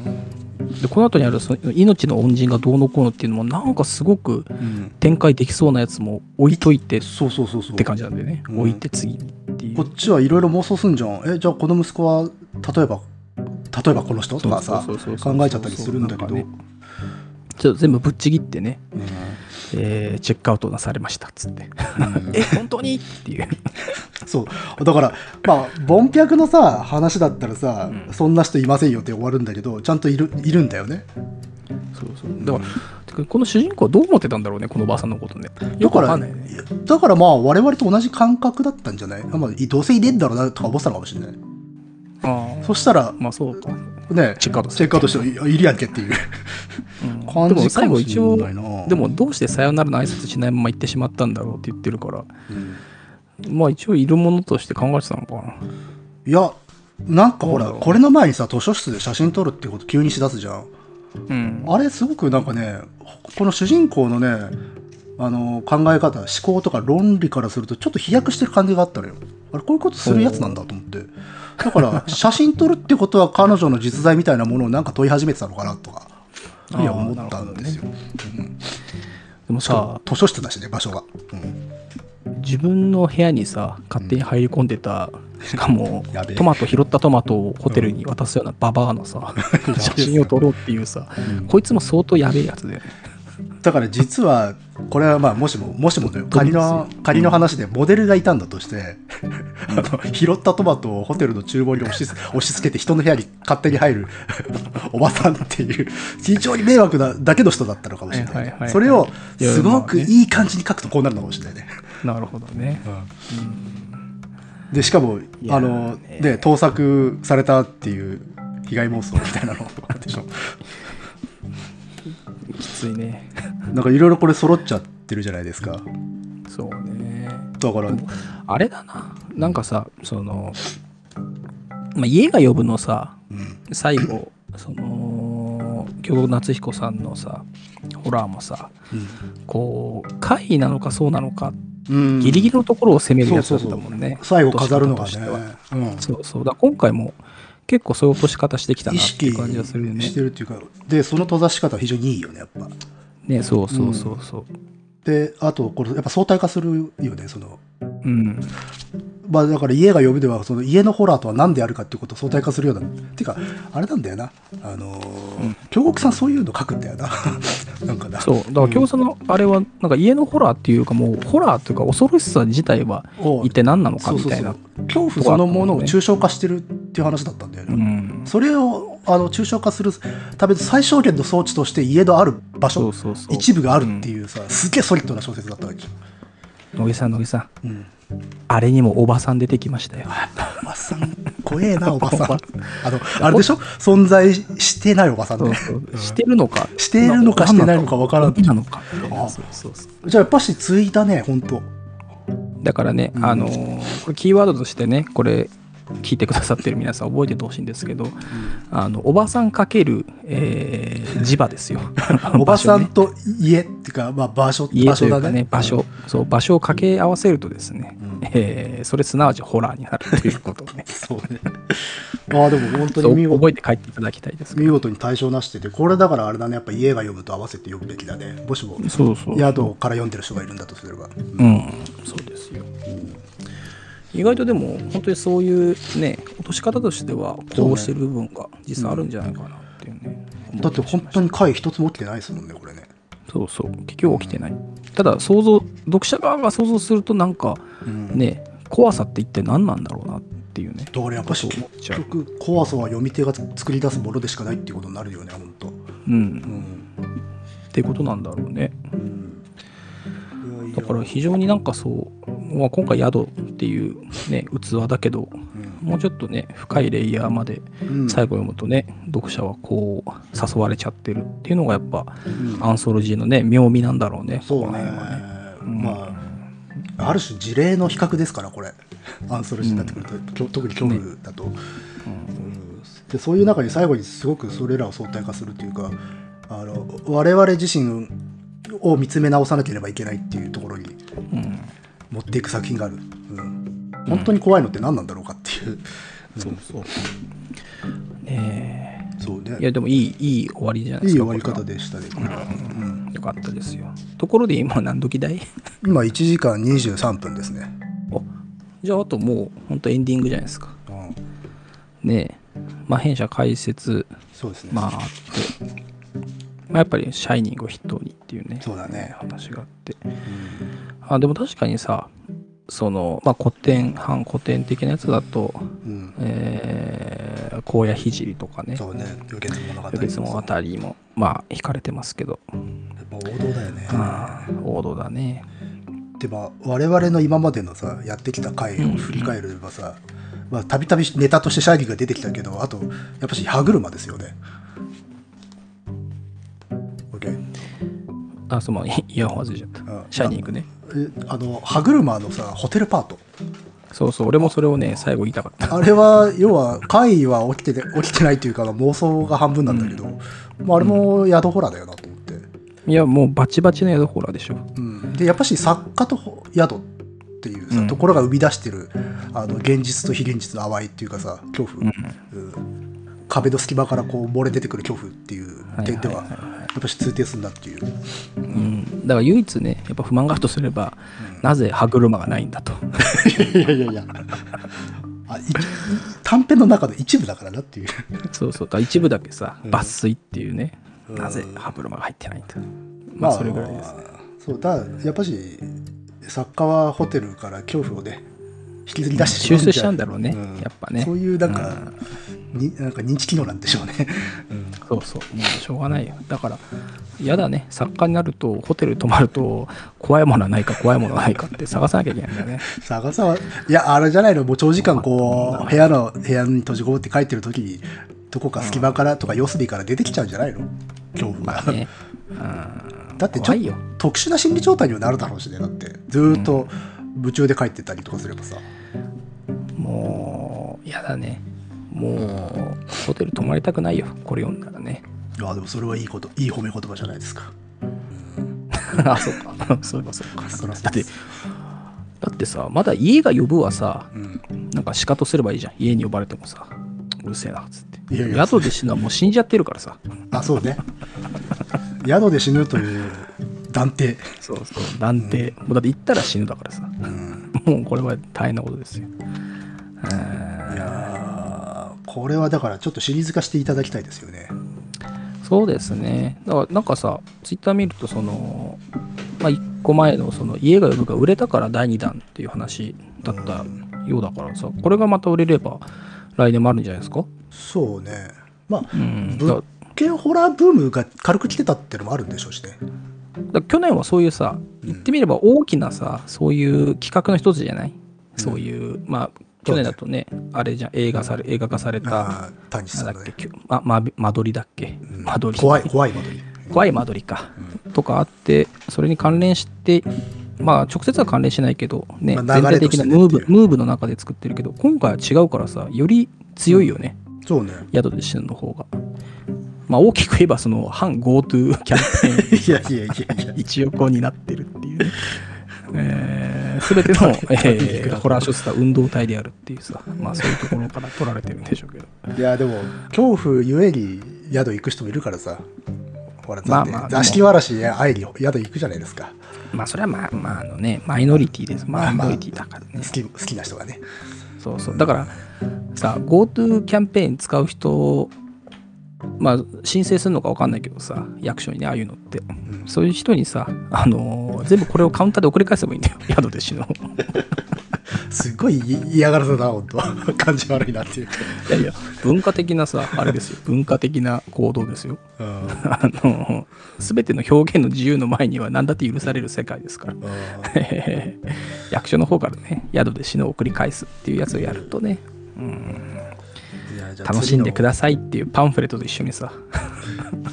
A: でこの後にあるその命の恩人がどうのこうのっていうのもなんかすごく
B: うん
A: 展開できそうなやつも置いといてっ
B: そうそうそうそう
A: て感じなんだよね。
B: うん
A: 置いて次ってい
B: こ
A: う。
B: っちはいろいろ妄想すんじゃんえじゃあこの息子は例えば例えばこの人とかさ
A: そうそうそうそう
B: 考えちゃったりするんだけど
A: なんかねちょっと全部ぶっちぎってね、
B: うん
A: えーチェックアウトなされましたっつって。え、本当にっていう。
B: そうだからまあ凡客のさ話だったらさ、
A: うん
B: そんな人いませんよって終わるんだけどちゃんといるいるんだよね
A: そうそうだから、てかこの主人公はどう思ってたんだろうねこのおばあさんのことねよ
B: だ
A: く
B: か
A: わからんないよね
B: だからまあ我々と同じ感覚だったんじゃない、まあ、どうせいねえんだろうなとか思ってたのかもしれない
A: ああ
B: そしたら
A: まあそうか、
B: ね
A: チェックアウトす
B: チェ
A: る
B: ックアウトしていやいるやんけっていう
A: うん
B: 感
A: で
B: じ
A: も最後一応
B: かもしれないな
A: でもどうしてさよならの挨拶しないまま行ってしまったんだろうって言ってるから
B: うん
A: まあ一応いるものとして考えてたのかない
B: やなんかほら
A: そうだろう
B: これの前にさ図書室で写真撮るってこと急にしだすじゃん
A: うん
B: あれすごくなんかねこの主人公のねあの考え方思考とか論理からするとちょっと飛躍してる感じがあったのよあれこういうことするやつなんだと思って だから写真撮るってことは彼女の実在みたいなものをなんか問い始めてたのかなとかいや
A: あー
B: 思ったんですよ、うん
A: でもさ
B: 図書室だしね場所が、うん
A: 自分の部屋にさ勝手に入り込んでた、しかも
B: やべえ
A: トマト拾ったトマトをホテルに渡すようなババアの さ、写真を撮ろうっていうさ、こいつも相当やべえやつだよね
B: だから実はこれはまあもしももしもだよ仮の仮の話でモデルがいたんだとして、あの拾ったトマトをホテルの厨房に押しつ押し付けて人の部屋に勝手に入るおばさんっていう非常に迷惑なだけの人だったのかもしれ
A: はいはい
B: な
A: はいはい
B: いそれを
A: いや
B: すごく
A: まあね
B: いい感じに書くとこうなるのかもしれないね。
A: なるほどね
B: でしかも
A: いや
B: あの、
A: ね
B: で盗作されたっていう被害妄想みたいなのでしょ
A: きついね
B: なんかいろいろこれ揃っちゃってるじゃないですか
A: そうね
B: だから
A: あれだななんかさその、まあ、家が呼ぶのさ
B: うん
A: 最後その京極夏彦さんのさホラーもさこう怪異なのかそうなのか
B: うん
A: ギリギリのところを攻めるやつだったもんね、
B: 最後飾るのが
A: 落と
B: ね
A: し方としては、
B: うん、
A: そうそうだ今回も結構そういう落とし方してきたな
B: 意
A: ってい
B: 識
A: う感じがするよね
B: してるっていうかでその閉ざし方は非常にいいよねやっぱ
A: ねそうそうそうそう
B: であとこれやっぱ相対化するよねその
A: うん、
B: まあだから家が呼ぶではその家のホラーとは何であるかっていうことを相対化するようなていうかあれなんだよなあのー京極さんそういうの書くんだよななんかな
A: そうだから京さんのあれはなんか家のホラーっていうかもうホラーというか恐ろしさ自体は
B: おう
A: 一体何なのか
B: そう
A: み
B: そう
A: たい
B: そ
A: な
B: う恐怖そのものを抽象化してるっていう話だったんだよね、
A: うん
B: それをあの抽象化するための最小限の装置として家のある場
A: そ
B: 所
A: うそうそう
B: 一部があるっていうさ、すげえソリッドな小説だった わけじ
A: 野木さん野木さん
B: ゃん、うん、
A: あれにもおばさん出てきましたよ
B: おばさん怖え なおばさん
A: おば
B: あのあれでしょ存在してないおばさん
A: そう
B: ね
A: そうしてるのか
B: してるのかしてないのかわからん
A: なのかみたい
B: あ
A: なそうそうそう
B: じゃあやっぱしついたね本当
A: だからね、
B: うん
A: あのーこれキーワードとしてねこれ聞いてくださってる皆さん覚えててほしいんですけど、あのおばさんかける、えー磁場ですよ
B: おばさ
A: 場所
B: ん
A: ね
B: と家っていうか、まあ、場所
A: 家
B: 場
A: と
B: 所
A: いう
B: だ
A: かね場所そう場所を掛け合わせるとですね、
B: うん
A: えーそれすなわちホラーになるということをね
B: そうねああでも本当
A: そ
B: に
A: う
B: 見事
A: 覚えて帰っていただきたいですけど
B: 見事に対象なしっててこれだからあれだねやっぱ家が読むと合わせて読むべきだねもしも
A: そうそう
B: 宿から読んでる人がいるんだとすれば、
A: うん、そうですよ。意外とでも本当にそういうね落とし方としてはこうしてる部分が実際あるんじゃないかなっていうね。
B: だって本当に回一つも起きてないですもんねこれね
A: そうそう結局起きてない。ただ想像読者側が想像するとなんか
B: うん
A: ね怖さって一体何なんだろうなっていうね。
B: だからやっぱし
A: そう思っちゃ
B: 結
A: う
B: 局怖さは読み手が作り出すものでしかないっていうことになるよね本当
A: うん、
B: う
A: っていうことなんだろうね。
B: んいやいや
A: だから非常になんかそう、まあ、今回宿っていうね器だけどもうちょっとね深いレイヤーまで
B: うん
A: 最後読むとね、読者はこう誘われちゃってるっていうのがやっぱ
B: うん
A: アンソロジーのね妙味なんだろうね。
B: そう
A: この
B: ね
A: 辺はねん
B: まあある種事例の比較ですからこれアンソロジーになってくると、きょ特に恐怖だと、うんでそういう中に最後にすごくそれらを相対化するというかあの我々自身を見つめ直さなければいけないっていうところに
A: うん
B: 持っていく作品がある、うん、本当に怖いのって何なんだろうかっていう、
A: そうそう。ね
B: そうね
A: えいやでもいいいい終わりじゃないで
B: いい
A: す
B: 終
A: か。
B: わり方
A: こ
B: でしたね、これはうん
A: れはよかったですよ。ところで今何時だい
B: 今1時間23分ですね、
A: おじゃああともう本当エンディングじゃないですか。
B: うん、
A: ねえまあ、弊社解説
B: そうですね、
A: まああって、まあ、やっぱり「シャイニング」を筆頭にっていうね
B: そうだね
A: 話があってあでも確かにさその、まあ、古典反古典的なやつだと
B: うん
A: 「えー、荒野聖」とかね
B: そうね、予月物語。
A: 「別物語」もまあ惹かれてますけど、
B: やっぱ王道だよね。
A: あー王道だね
B: でまあ我々の今までのさやってきた回を振り返ればさ、まあたびたびネタとしてシャイニングが出てきたけど、あとやっぱし歯車ですよね。OK。
A: あそうまあイイヤホン外れちゃっ
B: あ
A: た「シャイニングね」
B: えあの歯車のさホテルパート。
A: そうそう俺もそれをね最後言いたかった
B: あれは要は回は起きてて起きてないというか妄想が半分なんだけど、まああれも宿ホラーだよなと思って。
A: いやもうバチバチの宿ホラーでしょ
B: うん、でやっぱし作家と宿っていうさ、
A: うん
B: ところが生み出してるあの現実と非現実の淡いっていうかさ恐怖、うん壁の隙間からこう漏れ出てくる恐怖っていう点で
A: は
B: は
A: いはいはいはい
B: ぱし通底するんだっていう、
A: うん、だから唯一ねやっぱ不満があるとすれば、なぜ歯車がないんだと
B: いやいやいや あい短編の中の一部だからなっていう
A: そうそうだから一部だけさ
B: うん
A: 抜粋っていうね、
B: うん
A: なぜ歯車が入ってないんだまあそれぐらいですね
B: そうだからやっぱし作家はホテルから恐怖をね引きずり出して
A: 修
B: まうん
A: 正
B: じゃ
A: しちゃうんだろうね、
B: ん
A: やっぱね
B: そういうなんか,、になんか認知機能なんでしょうね、 うん
A: そうそうもうしょうがないよだから嫌だね作家になるとホテル泊まると怖いものはないか怖いものはないかって探さなきゃいけないんだよ ね
B: 探さはいやあれじゃないのもう長時間こう部屋の部屋に閉じこもって書いてる時にどこか隙間からとか四隅から出てきちゃうんじゃないの恐怖が、
A: ねうん
B: だってちょ
A: 怖
B: っ
A: いよ
B: と特殊な心理状態にはなるだろうしねだってずーっと夢中で書いてたりとかすればさ、
A: もう嫌だねもうホテル泊まりたくないよこれ読んだらね
B: いやでもそれはいいこといい褒め言葉じゃないですか
A: あそうかそうかそうか
B: そらそう
A: だって
B: で
A: だ
B: す
A: ってさまだ家が呼ぶはさ
B: うん
A: なんか仕方すればいいじゃん家に呼ばれてもさうるせえなっつって
B: いやいや
A: 宿で死ぬのはもう死んじゃってるからさ
B: あそうね宿で死ぬという断定、
A: そうそう断定、もうだって行ったら死ぬだからさ
B: うん、
A: もうこれは大変なことですよ。
B: いやーこれはだからちょっとシリーズ化していただきたいですよね
A: そうですね。だからなんかさ、ツイッター見ると、その、まあ、1個前のその家が呼ぶが売れたから第2弾っていう話だったようだからさ、これがまた売れれば来年もあるんじゃないですか。
B: そうねまあ
A: うん。だ
B: 物件ホラーブームが軽く来てたってのもあるんでしょうしね
A: だ去年はそういうさ、言ってみれば大きなさ、そういう企画の一つじゃない、そういう、まあ、去年だとね、あれじゃん映画され、映画化された、
B: あー谷
A: な
B: さ
A: んだ
B: んの
A: っけ
B: ね、、
A: きゅま、ま、間取りだっけ、
B: うん
A: 間取り。
B: 怖い怖い間取り
A: 怖い間取りか、とかあってそれに関連してまあ直接は関連しないけどね、
B: まあ流れ
A: 全体
B: と
A: 的
B: して
A: な
B: ね
A: ムー
B: っ
A: ブ
B: ていう
A: ムーブの中で作ってるけど今回は違うからさより強いよね、
B: そうね
A: 宿で死ぬの方が。まあ大きく言えばその反 GoTo キャンペーン
B: いやいやいやいや
A: 一横になってるっていうね。 えー、全て の、えーホラー小説は運動体であるっていうさ、まあ、そういうところから取られてるんでしょうけど
B: いやでも恐怖ゆえに宿行く人もいるからさほら
A: ま
B: だ
A: あ
B: っ
A: まあ
B: て
A: でも
B: 座敷わらしに会いに宿行くじゃないですか
A: まあそれはまあまああのねマイノリティですマイノリティだからね、
B: 好き好きな人がね
A: そうそうだからさ GoTo キャンペーン使う人まあ申請するのか分かんないけどさ役所にねああいうのって、そういう人にさあのー全部これをカウンターで送り返せばいいんだよ宿で死ぬの
B: すごい嫌がらせだな本当感じ悪いなっていうか
A: いやいや文化的なさあれですよ文化的な行動ですよ
B: うんうん
A: あのー全ての表現の自由の前には何だって許される世界ですから役所の方からね宿で死ぬを送り返すっていうやつをやるとね
B: いやじゃあ
A: 楽しんでくだ
B: さ
A: さいっていうパンフレットと一緒にさ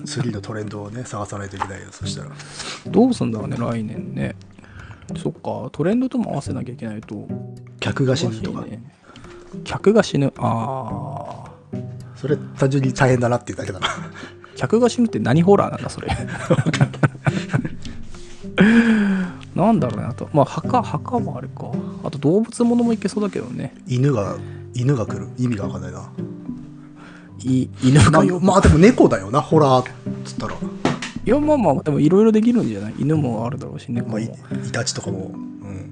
B: い次のトレンドをね探さないといけないよそしたら
A: どうすんだろうね来年ねそっかトレンドとも合わせなきゃいけないと
B: 客が死ぬと
A: お
B: か、
A: かしいね客が死ぬあ
B: それ単純に大変だなっていうだけだな
A: ー客が死ぬって何ホラーなんだそれなんだろうねあとまあ墓墓もあるかあと動物ものもいけそうだけどね
B: 犬が犬が来る意味がわかんないない
A: 犬
B: ま
A: が
B: あ
A: よ
B: まあでも猫だよなホラーっつったら、
A: いやまあまあでもいろいろできるんじゃない犬もあるだろうし猫
B: ま
A: も
B: あ、いイタチとかも、うん、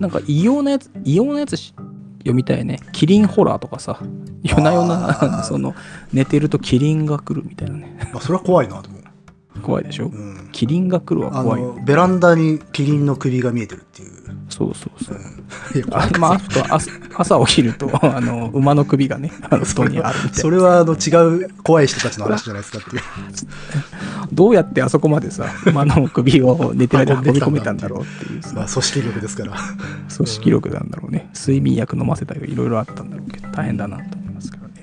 A: なんか異様なやつ異様なやつし読みたいねキリンホラーとかさ夜な夜な
B: あー
A: その寝てるとキリンが来るみたいなね
B: まあそれは怖いなでも
A: 怖いでしょ、
B: うん
A: キリンが来るは
B: あ
A: 怖いよ
B: のベランダにキリンの首が見えてるっていう、
A: そうそうそう、
B: いや怖
A: あ
B: い
A: まあ、あとは朝朝起きると あの馬の首がねあの布
B: そ
A: 団に
B: れ
A: あ
B: は
A: るみたい
B: それはあの違う怖い人たちの話じゃないですかっていう
A: などうやってあそこまでさ馬の首を寝てる間に運び込めたんだろうっていう
B: まあ
A: さ
B: 組織力ですから
A: 組織力なんだろうね睡眠薬飲ませたりとかいろいろあったんだろうけど大変だなと思いますからね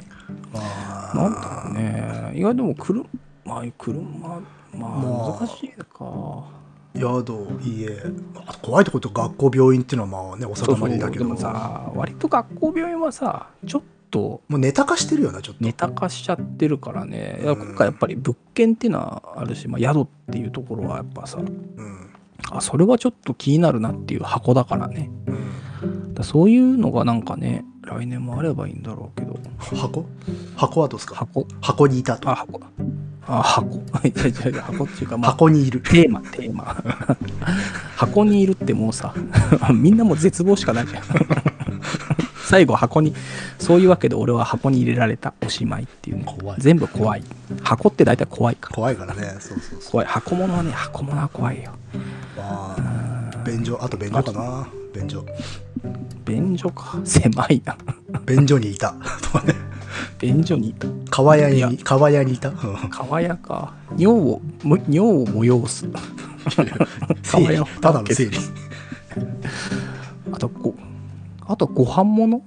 B: あ
A: なんだろうね意外でも車まあ車ま
B: ま
A: あ
B: あ
A: 難しいか
B: 宿家あと怖いとこと学校病院っていうのはまあねお
A: そう
B: 定
A: そ
B: ま
A: う
B: りだけ
A: で
B: ど
A: もさ割と学校病院はさちょっと
B: もうネタ化してるよなちょっと
A: ネタ化しちゃってるからね、いや
B: うん
A: 今回やっぱり物件っていうのはあるし、まあ、宿っていうところはやっぱさ
B: うん
A: あそれはちょっと気になるなっていう箱だからね
B: う
A: だ
B: ん
A: からそういうのがなんかね来年もあればいいんだろうけど
B: 箱箱はどうですか
A: 箱
B: 箱にいたと
A: あ箱あ箱 いやいやいや箱っていうか、まあ、
B: 箱にいる
A: テーマテーマ 箱にいるってもうさ みんなもう絶望しかないじゃん 最後箱にそういうわけで俺は箱に入れられたおしまいっていうね
B: 怖い
A: 全部怖い箱って大体怖いから
B: 怖いからねそうそうそう
A: 怖い箱物はね箱物は怖いよ
B: まあ便所あと便所かな便所
A: 便所か狭いな
B: 便所にいたとかね
A: 便所にいた
B: 川屋
A: いや
B: に川屋にいた、うん
A: 川屋か尿をむ尿を催す川屋を
B: ただの整理
A: あとこあとご飯物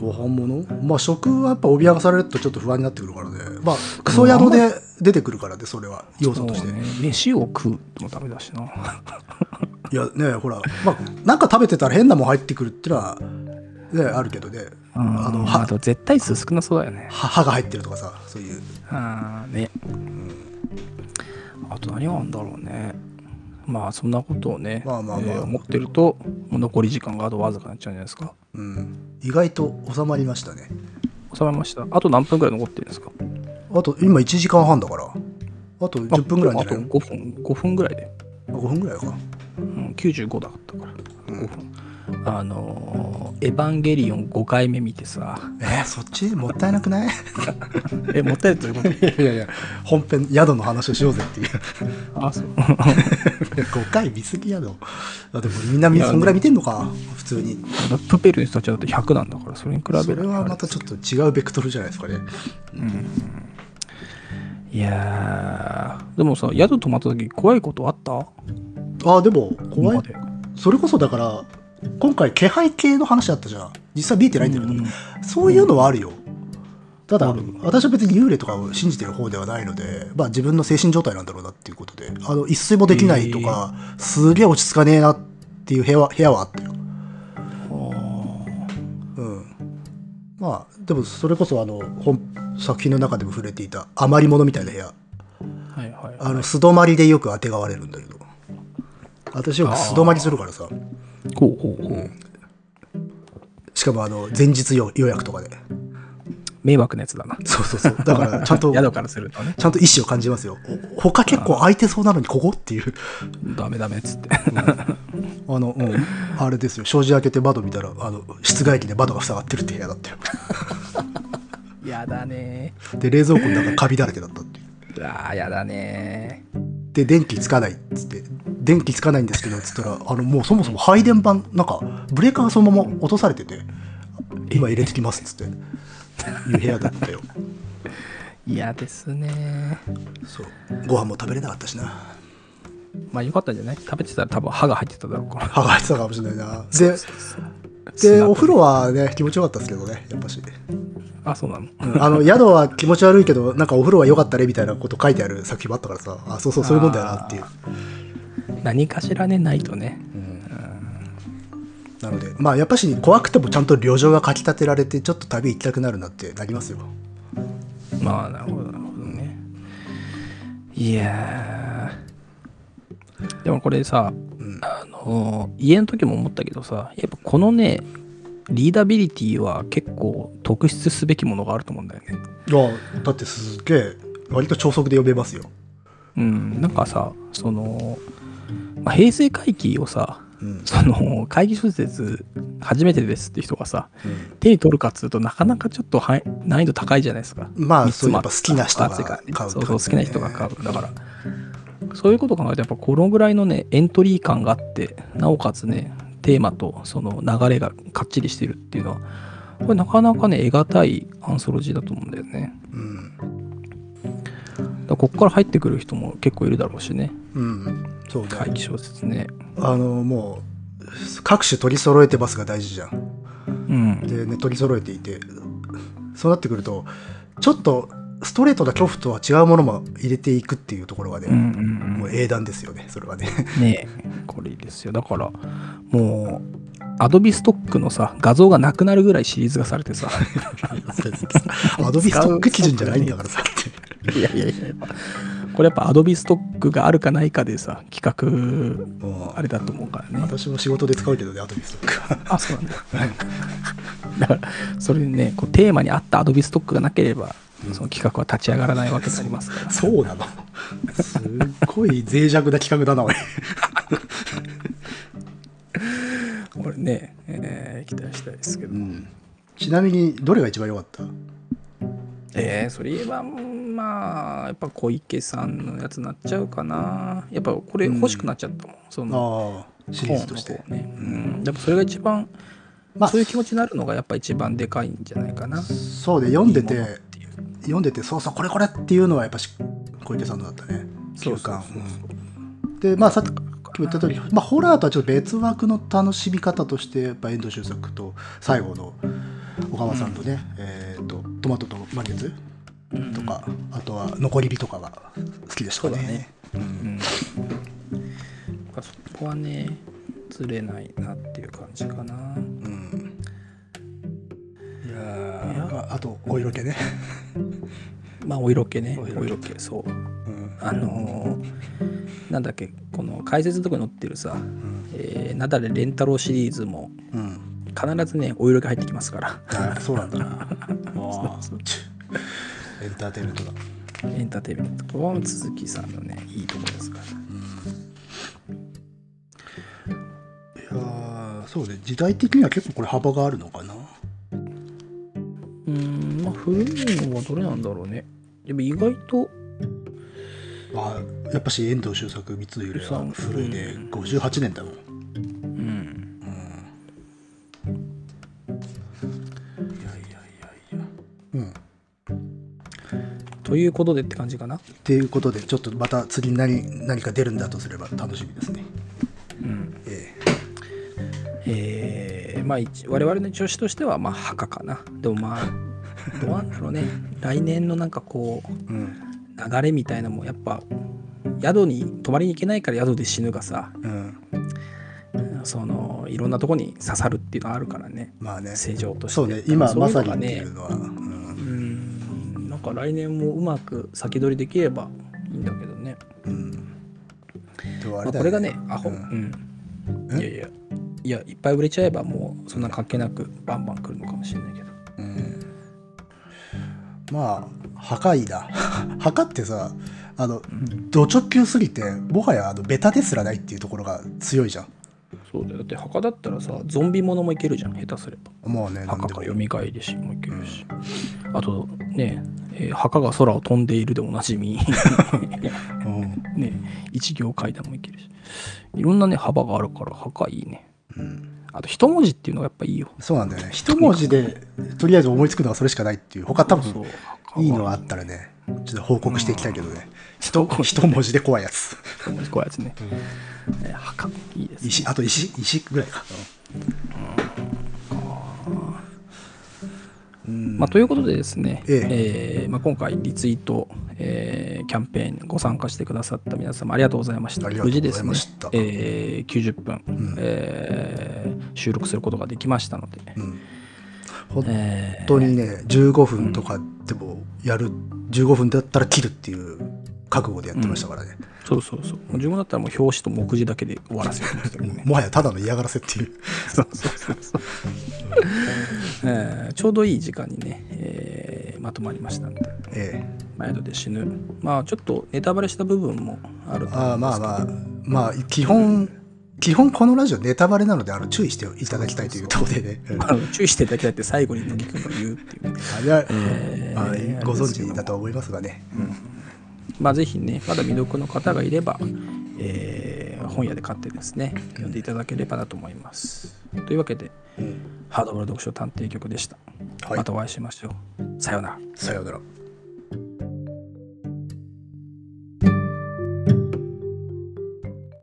B: ご飯物まあ食はやっぱ脅かされるとちょっと不安になってくるからねまあクソ宿で出てくるからねそれは要素として、
A: そうね飯を食うのもダメだしない
B: やねほらまあなんか食べてたら変なもん入ってくるってのはねあるけどね あ
A: うん
B: の
A: あ
B: は
A: と絶対数少なそうだよね。
B: 歯が入ってるとかさそういう
A: あーね。あと何があるんだろうね。まあそんなことをね、
B: まあまあまあ
A: えー思ってると、もう残り時間があとわずかになっちゃうんじゃないですか。
B: うん、意外と収まりましたね
A: 収めました。あと何分ぐらい残ってるんですか
B: あと今1時間半だからあと10分ぐらいじゃない
A: あ
B: の
A: と5分、5分ぐらいで。
B: あ5分ぐらいか
A: うん、95だったから。5分。あのーエヴァンゲリオン5回目見てさ、
B: えーそっちもったいなくない
A: え、もったいないということ
B: いやいやいや本編宿の話をしようぜっていう
A: あ、そう。
B: 5回見すぎやのあでもみんなみそんぐらい見てんのか普通に
A: プペルの人たちはだって100なんだから、それに比べ
B: そ
A: る
B: れはまたちょっと違うベクトルじゃないですかね
A: いやーでもさ宿泊まった時怖いことあった
B: あでも怖い
A: 今まで
B: それこそだから今回気配系の話あったじゃん実際見えてないんだけど、
A: うん
B: そういうのはあるよ、ただ
A: ある
B: 私は別に幽霊とかを信じてる方ではないので、まあ、自分の精神状態なんだろうなっていうことであの一睡もできないとか、すげえ落ち着かねえなっていう部屋は部屋はあったようんまあでもそれこそあの本作品の中でも触れていた余り物みたいな部屋
A: はいはい
B: あの素泊まりでよく当てがわれるんだけど私よく素泊まりするからさ
A: ほうほうほう
B: しかもあの前日予予約とかで
A: 迷惑なやつだな
B: そうそうそうだからちゃん と
A: 宿からするとね
B: ちゃんと意思を感じますよお他結構空いてそうなのにここっていう
A: ダメダメっつって
B: あの、うん、あれですよ障子開けて窓見たらあの室外機で窓が塞がってるって部屋だったよ
A: やだね
B: で冷蔵庫の中カビだらけだったっていう
A: ーうわーやだね
B: で電気つかないっつって電気つかないんですけどっつったらあのもうそもそも配電盤なんかブレーカーがそのまま落とされてて今入れてきますっつっていう部屋だったよ
A: ー嫌ですね
B: そうご飯も食べれなかったしな
A: まあよかったんじゃない食べてたら多分歯が入ってただろうから
B: 歯が入ってたかもしれないな
A: 砂
B: でで
A: と
B: お風呂はね気持ちよかったですけどねやっぱし
A: あそうなの
B: あの宿は気持ち悪いけどなんかお風呂は良かったねみたいなこと書いてある作品もあったからさあそうそうそういうもんだよなっていう
A: 何かしらねないとね
B: なのでまあやっぱし怖くてもちゃんと旅情がかきたてられてちょっと旅行きたくなるなってなりますよ
A: まあなるほどなるほどねいやーでもこれさ、あのー家の時も思ったけどさやっぱこのねリーダビリティは結構特筆すべきものがあると思うんだよね
B: いやだってすげえ割と超速で読めますよ
A: うんなんかさその、まあ平成回帰をさ
B: うん
A: その会議小説初めてですって人がさ手に取るかっつうとなかなかちょっとはい難易度高いじゃないですか
B: まあ
A: 三つ
B: そう
A: も
B: やっぱ好きな人が
A: あ
B: 買うっ
A: そ
B: て
A: うか
B: 感
A: そ
B: じ
A: うそう好き
B: だ
A: な
B: ね
A: 人が買うだからそういうことを考えるとやっぱこのぐらいのねエントリー感があってなおかつねテーマとその流れがかっちりしてるっていうのはこれなかなかね得難いアンソロジーだと思うんだよね
B: うん
A: だからここから入ってくる人も結構いるだろうしね
B: うんそうね、
A: 怪奇小説ね
B: あのもう各種取り揃えてますが大事じゃん
A: うん
B: で、ね、取り揃えていてそうなってくるとちょっとストレートな恐怖とは違うものも入れていくっていうところがね、
A: うんうん
B: もう英断ですよねそれはね
A: うんねえこれいいですよだからもうアドビストックのさ画像がなくなるぐらいシリーズがされて さ
B: アドビストック基準じゃないんだからさって
A: いやいやいや、やっぱこれやっぱアドビストックがあるかないかでさ、企
B: うん
A: 画、あれだと思うからね。
B: 私も仕事で使うけどねアドビストックは
A: あ、そうなんだ。だから、それにね、こうテーマに合ったアドビストックがなければ、その企画は立ち上がらないわけでありますから
B: そうなのすっごい脆弱な企画だなおい
A: これね、えー期待したいですけど、
B: ちなみにどれが一番良かった
A: えーそれはまあやっぱ小池さんのやつになっちゃうかなやっぱこれ欲しくなっちゃったもん、その
B: ああシリーズとして
A: 本の方ね、うん、でもそれが一番、
B: まあ
A: そういう気持ちになるのがやっぱ一番でかいんじゃないかな
B: そうで読んでて
A: いいものっていう
B: 読んでてそうそうこれこれっていうのはやっぱし小池さんのだったね
A: そう
B: 休
A: そう
B: 館
A: そうそう
B: うんでまあさっき言った通り、まあ、ホラーとはちょっと別枠の楽しみ方としてやっぱ遠藤周作と最後の小川さんとね、えー、とトマトと満月
A: うん
B: とか、あとは残り火とかが好きでし
A: そ
B: たね
A: うだねうん、そこはねずれないなっていう感じかな
B: うんいやーなんかあとお色気ね、
A: まあお色気ね
B: お
A: お
B: 色
A: 色
B: 気
A: 気そう
B: うん
A: あのーなんだっけこの解説のとこに載ってるさ
B: うん
A: 「えー、なだれレンタロウ」シリーズも
B: うん、
A: 必ずねお色気入ってきますから
B: あーそうなんだ なあーチュエンターテインメントだ
A: エンターテインメントここは鈴木さんのねいいところですから
B: いやーそうね時代的には結構これ幅があるのかな
A: うーんまあ古いのはどれなんだろうねでも意外と
B: あやっぱし遠藤周作光よりは古いで
A: うん
B: 58年だもん、
A: うん
B: いやいやいやいやうんっ
A: ということでって感じかな
B: ていうことでちょっとまた次に何何か出るんだとすれば楽しみですね
A: うん
B: え
A: えーまあ一我々の調子としてはまあ墓かなでも まあどうなんだろうね来年のなんかこう
B: えうん
A: 流れみたいなのもやっぱ宿に泊まりに行けないから宿で死ぬがさ
B: うん
A: そのいろんなとこに刺さるっていうのはあるからね
B: まあね
A: 正常として
B: そうね今ま
A: だ
B: さにっ
A: からそ
B: て
A: うい
B: いう
A: の
B: うのは、うん
A: がねうんなんか来年もうまく先取りできればいいんだけどね
B: うん、でも
A: ま
B: あ
A: あ、
B: だ
A: こ
B: よ
A: れがねアホ、
B: う
A: うんん
B: え
A: いやいやいやいっぱい売れちゃえばもうそんな関係なくバンバン来るのかもしれないけど
B: うんまあ墓いい な墓ってさあの、ド直球すぎてもはやあのベタですらないっていうところが強いじゃん
A: そうだよだって墓だったらさゾンビものもいけるじゃん下手すれば
B: もうねなん
A: 墓
B: で
A: か
B: も
A: ら蘇りしもいけるし、あとね、えー墓が空を飛んでいる」でおなじみ
B: うん
A: ね一行階段もいけるしいろんなね幅があるから墓いいね
B: うん
A: あと一文字っていうのがやっぱいいよ
B: そうなんだよね一文字でとりあえず思いつくのはそれしかないっていう他多
A: そう
B: 分
A: 墓はい
B: いのがあったらねちょっと報告していきたいけどね、一
A: 告
B: 一文字で怖いやつ
A: 一文字こうやつね、えー墓いいですね
B: 石あと石石ぐらいか、
A: まあ、ということでですね、
B: え
A: えーまあ、今回リツイート、えーキャンペーンご参加してくださった皆様ありがとうございました
B: ありがとうございま
A: 無事
B: し
A: です
B: た
A: ね、えー90分、えー収録することができましたので、
B: うんほん
A: えー
B: 本当にね15分とかでもやる15分だったら切るっていう覚悟でやってましたからね、
A: そうそうそうもう自分だったらもう表紙と目次だけで終わらせるんですけどね
B: もはやただの嫌がらせっていう
A: そうそうそうそう、えーちょうどいい時間にね、えーまとまりましたので
B: え
A: 毎度で死ぬまあちょっとネタバレした部分もある
B: え
A: と
B: ああまあまあまあ基本基本このラジオネタバレなのであの注意していただきたいというところでねうん
A: あの注意していただきたいって最後に乃木君が言うっていうね、
B: あれは
A: えー
B: まあご存知だ
A: と
B: と思いますがね
A: まあぜひねまだ未読の方がいれば、えー本屋で買ってですね読んでいただければなと思いますというわけで、ハードボール読書探偵局でした、
B: はい
A: またお会いしましょうさようなら
B: さようなら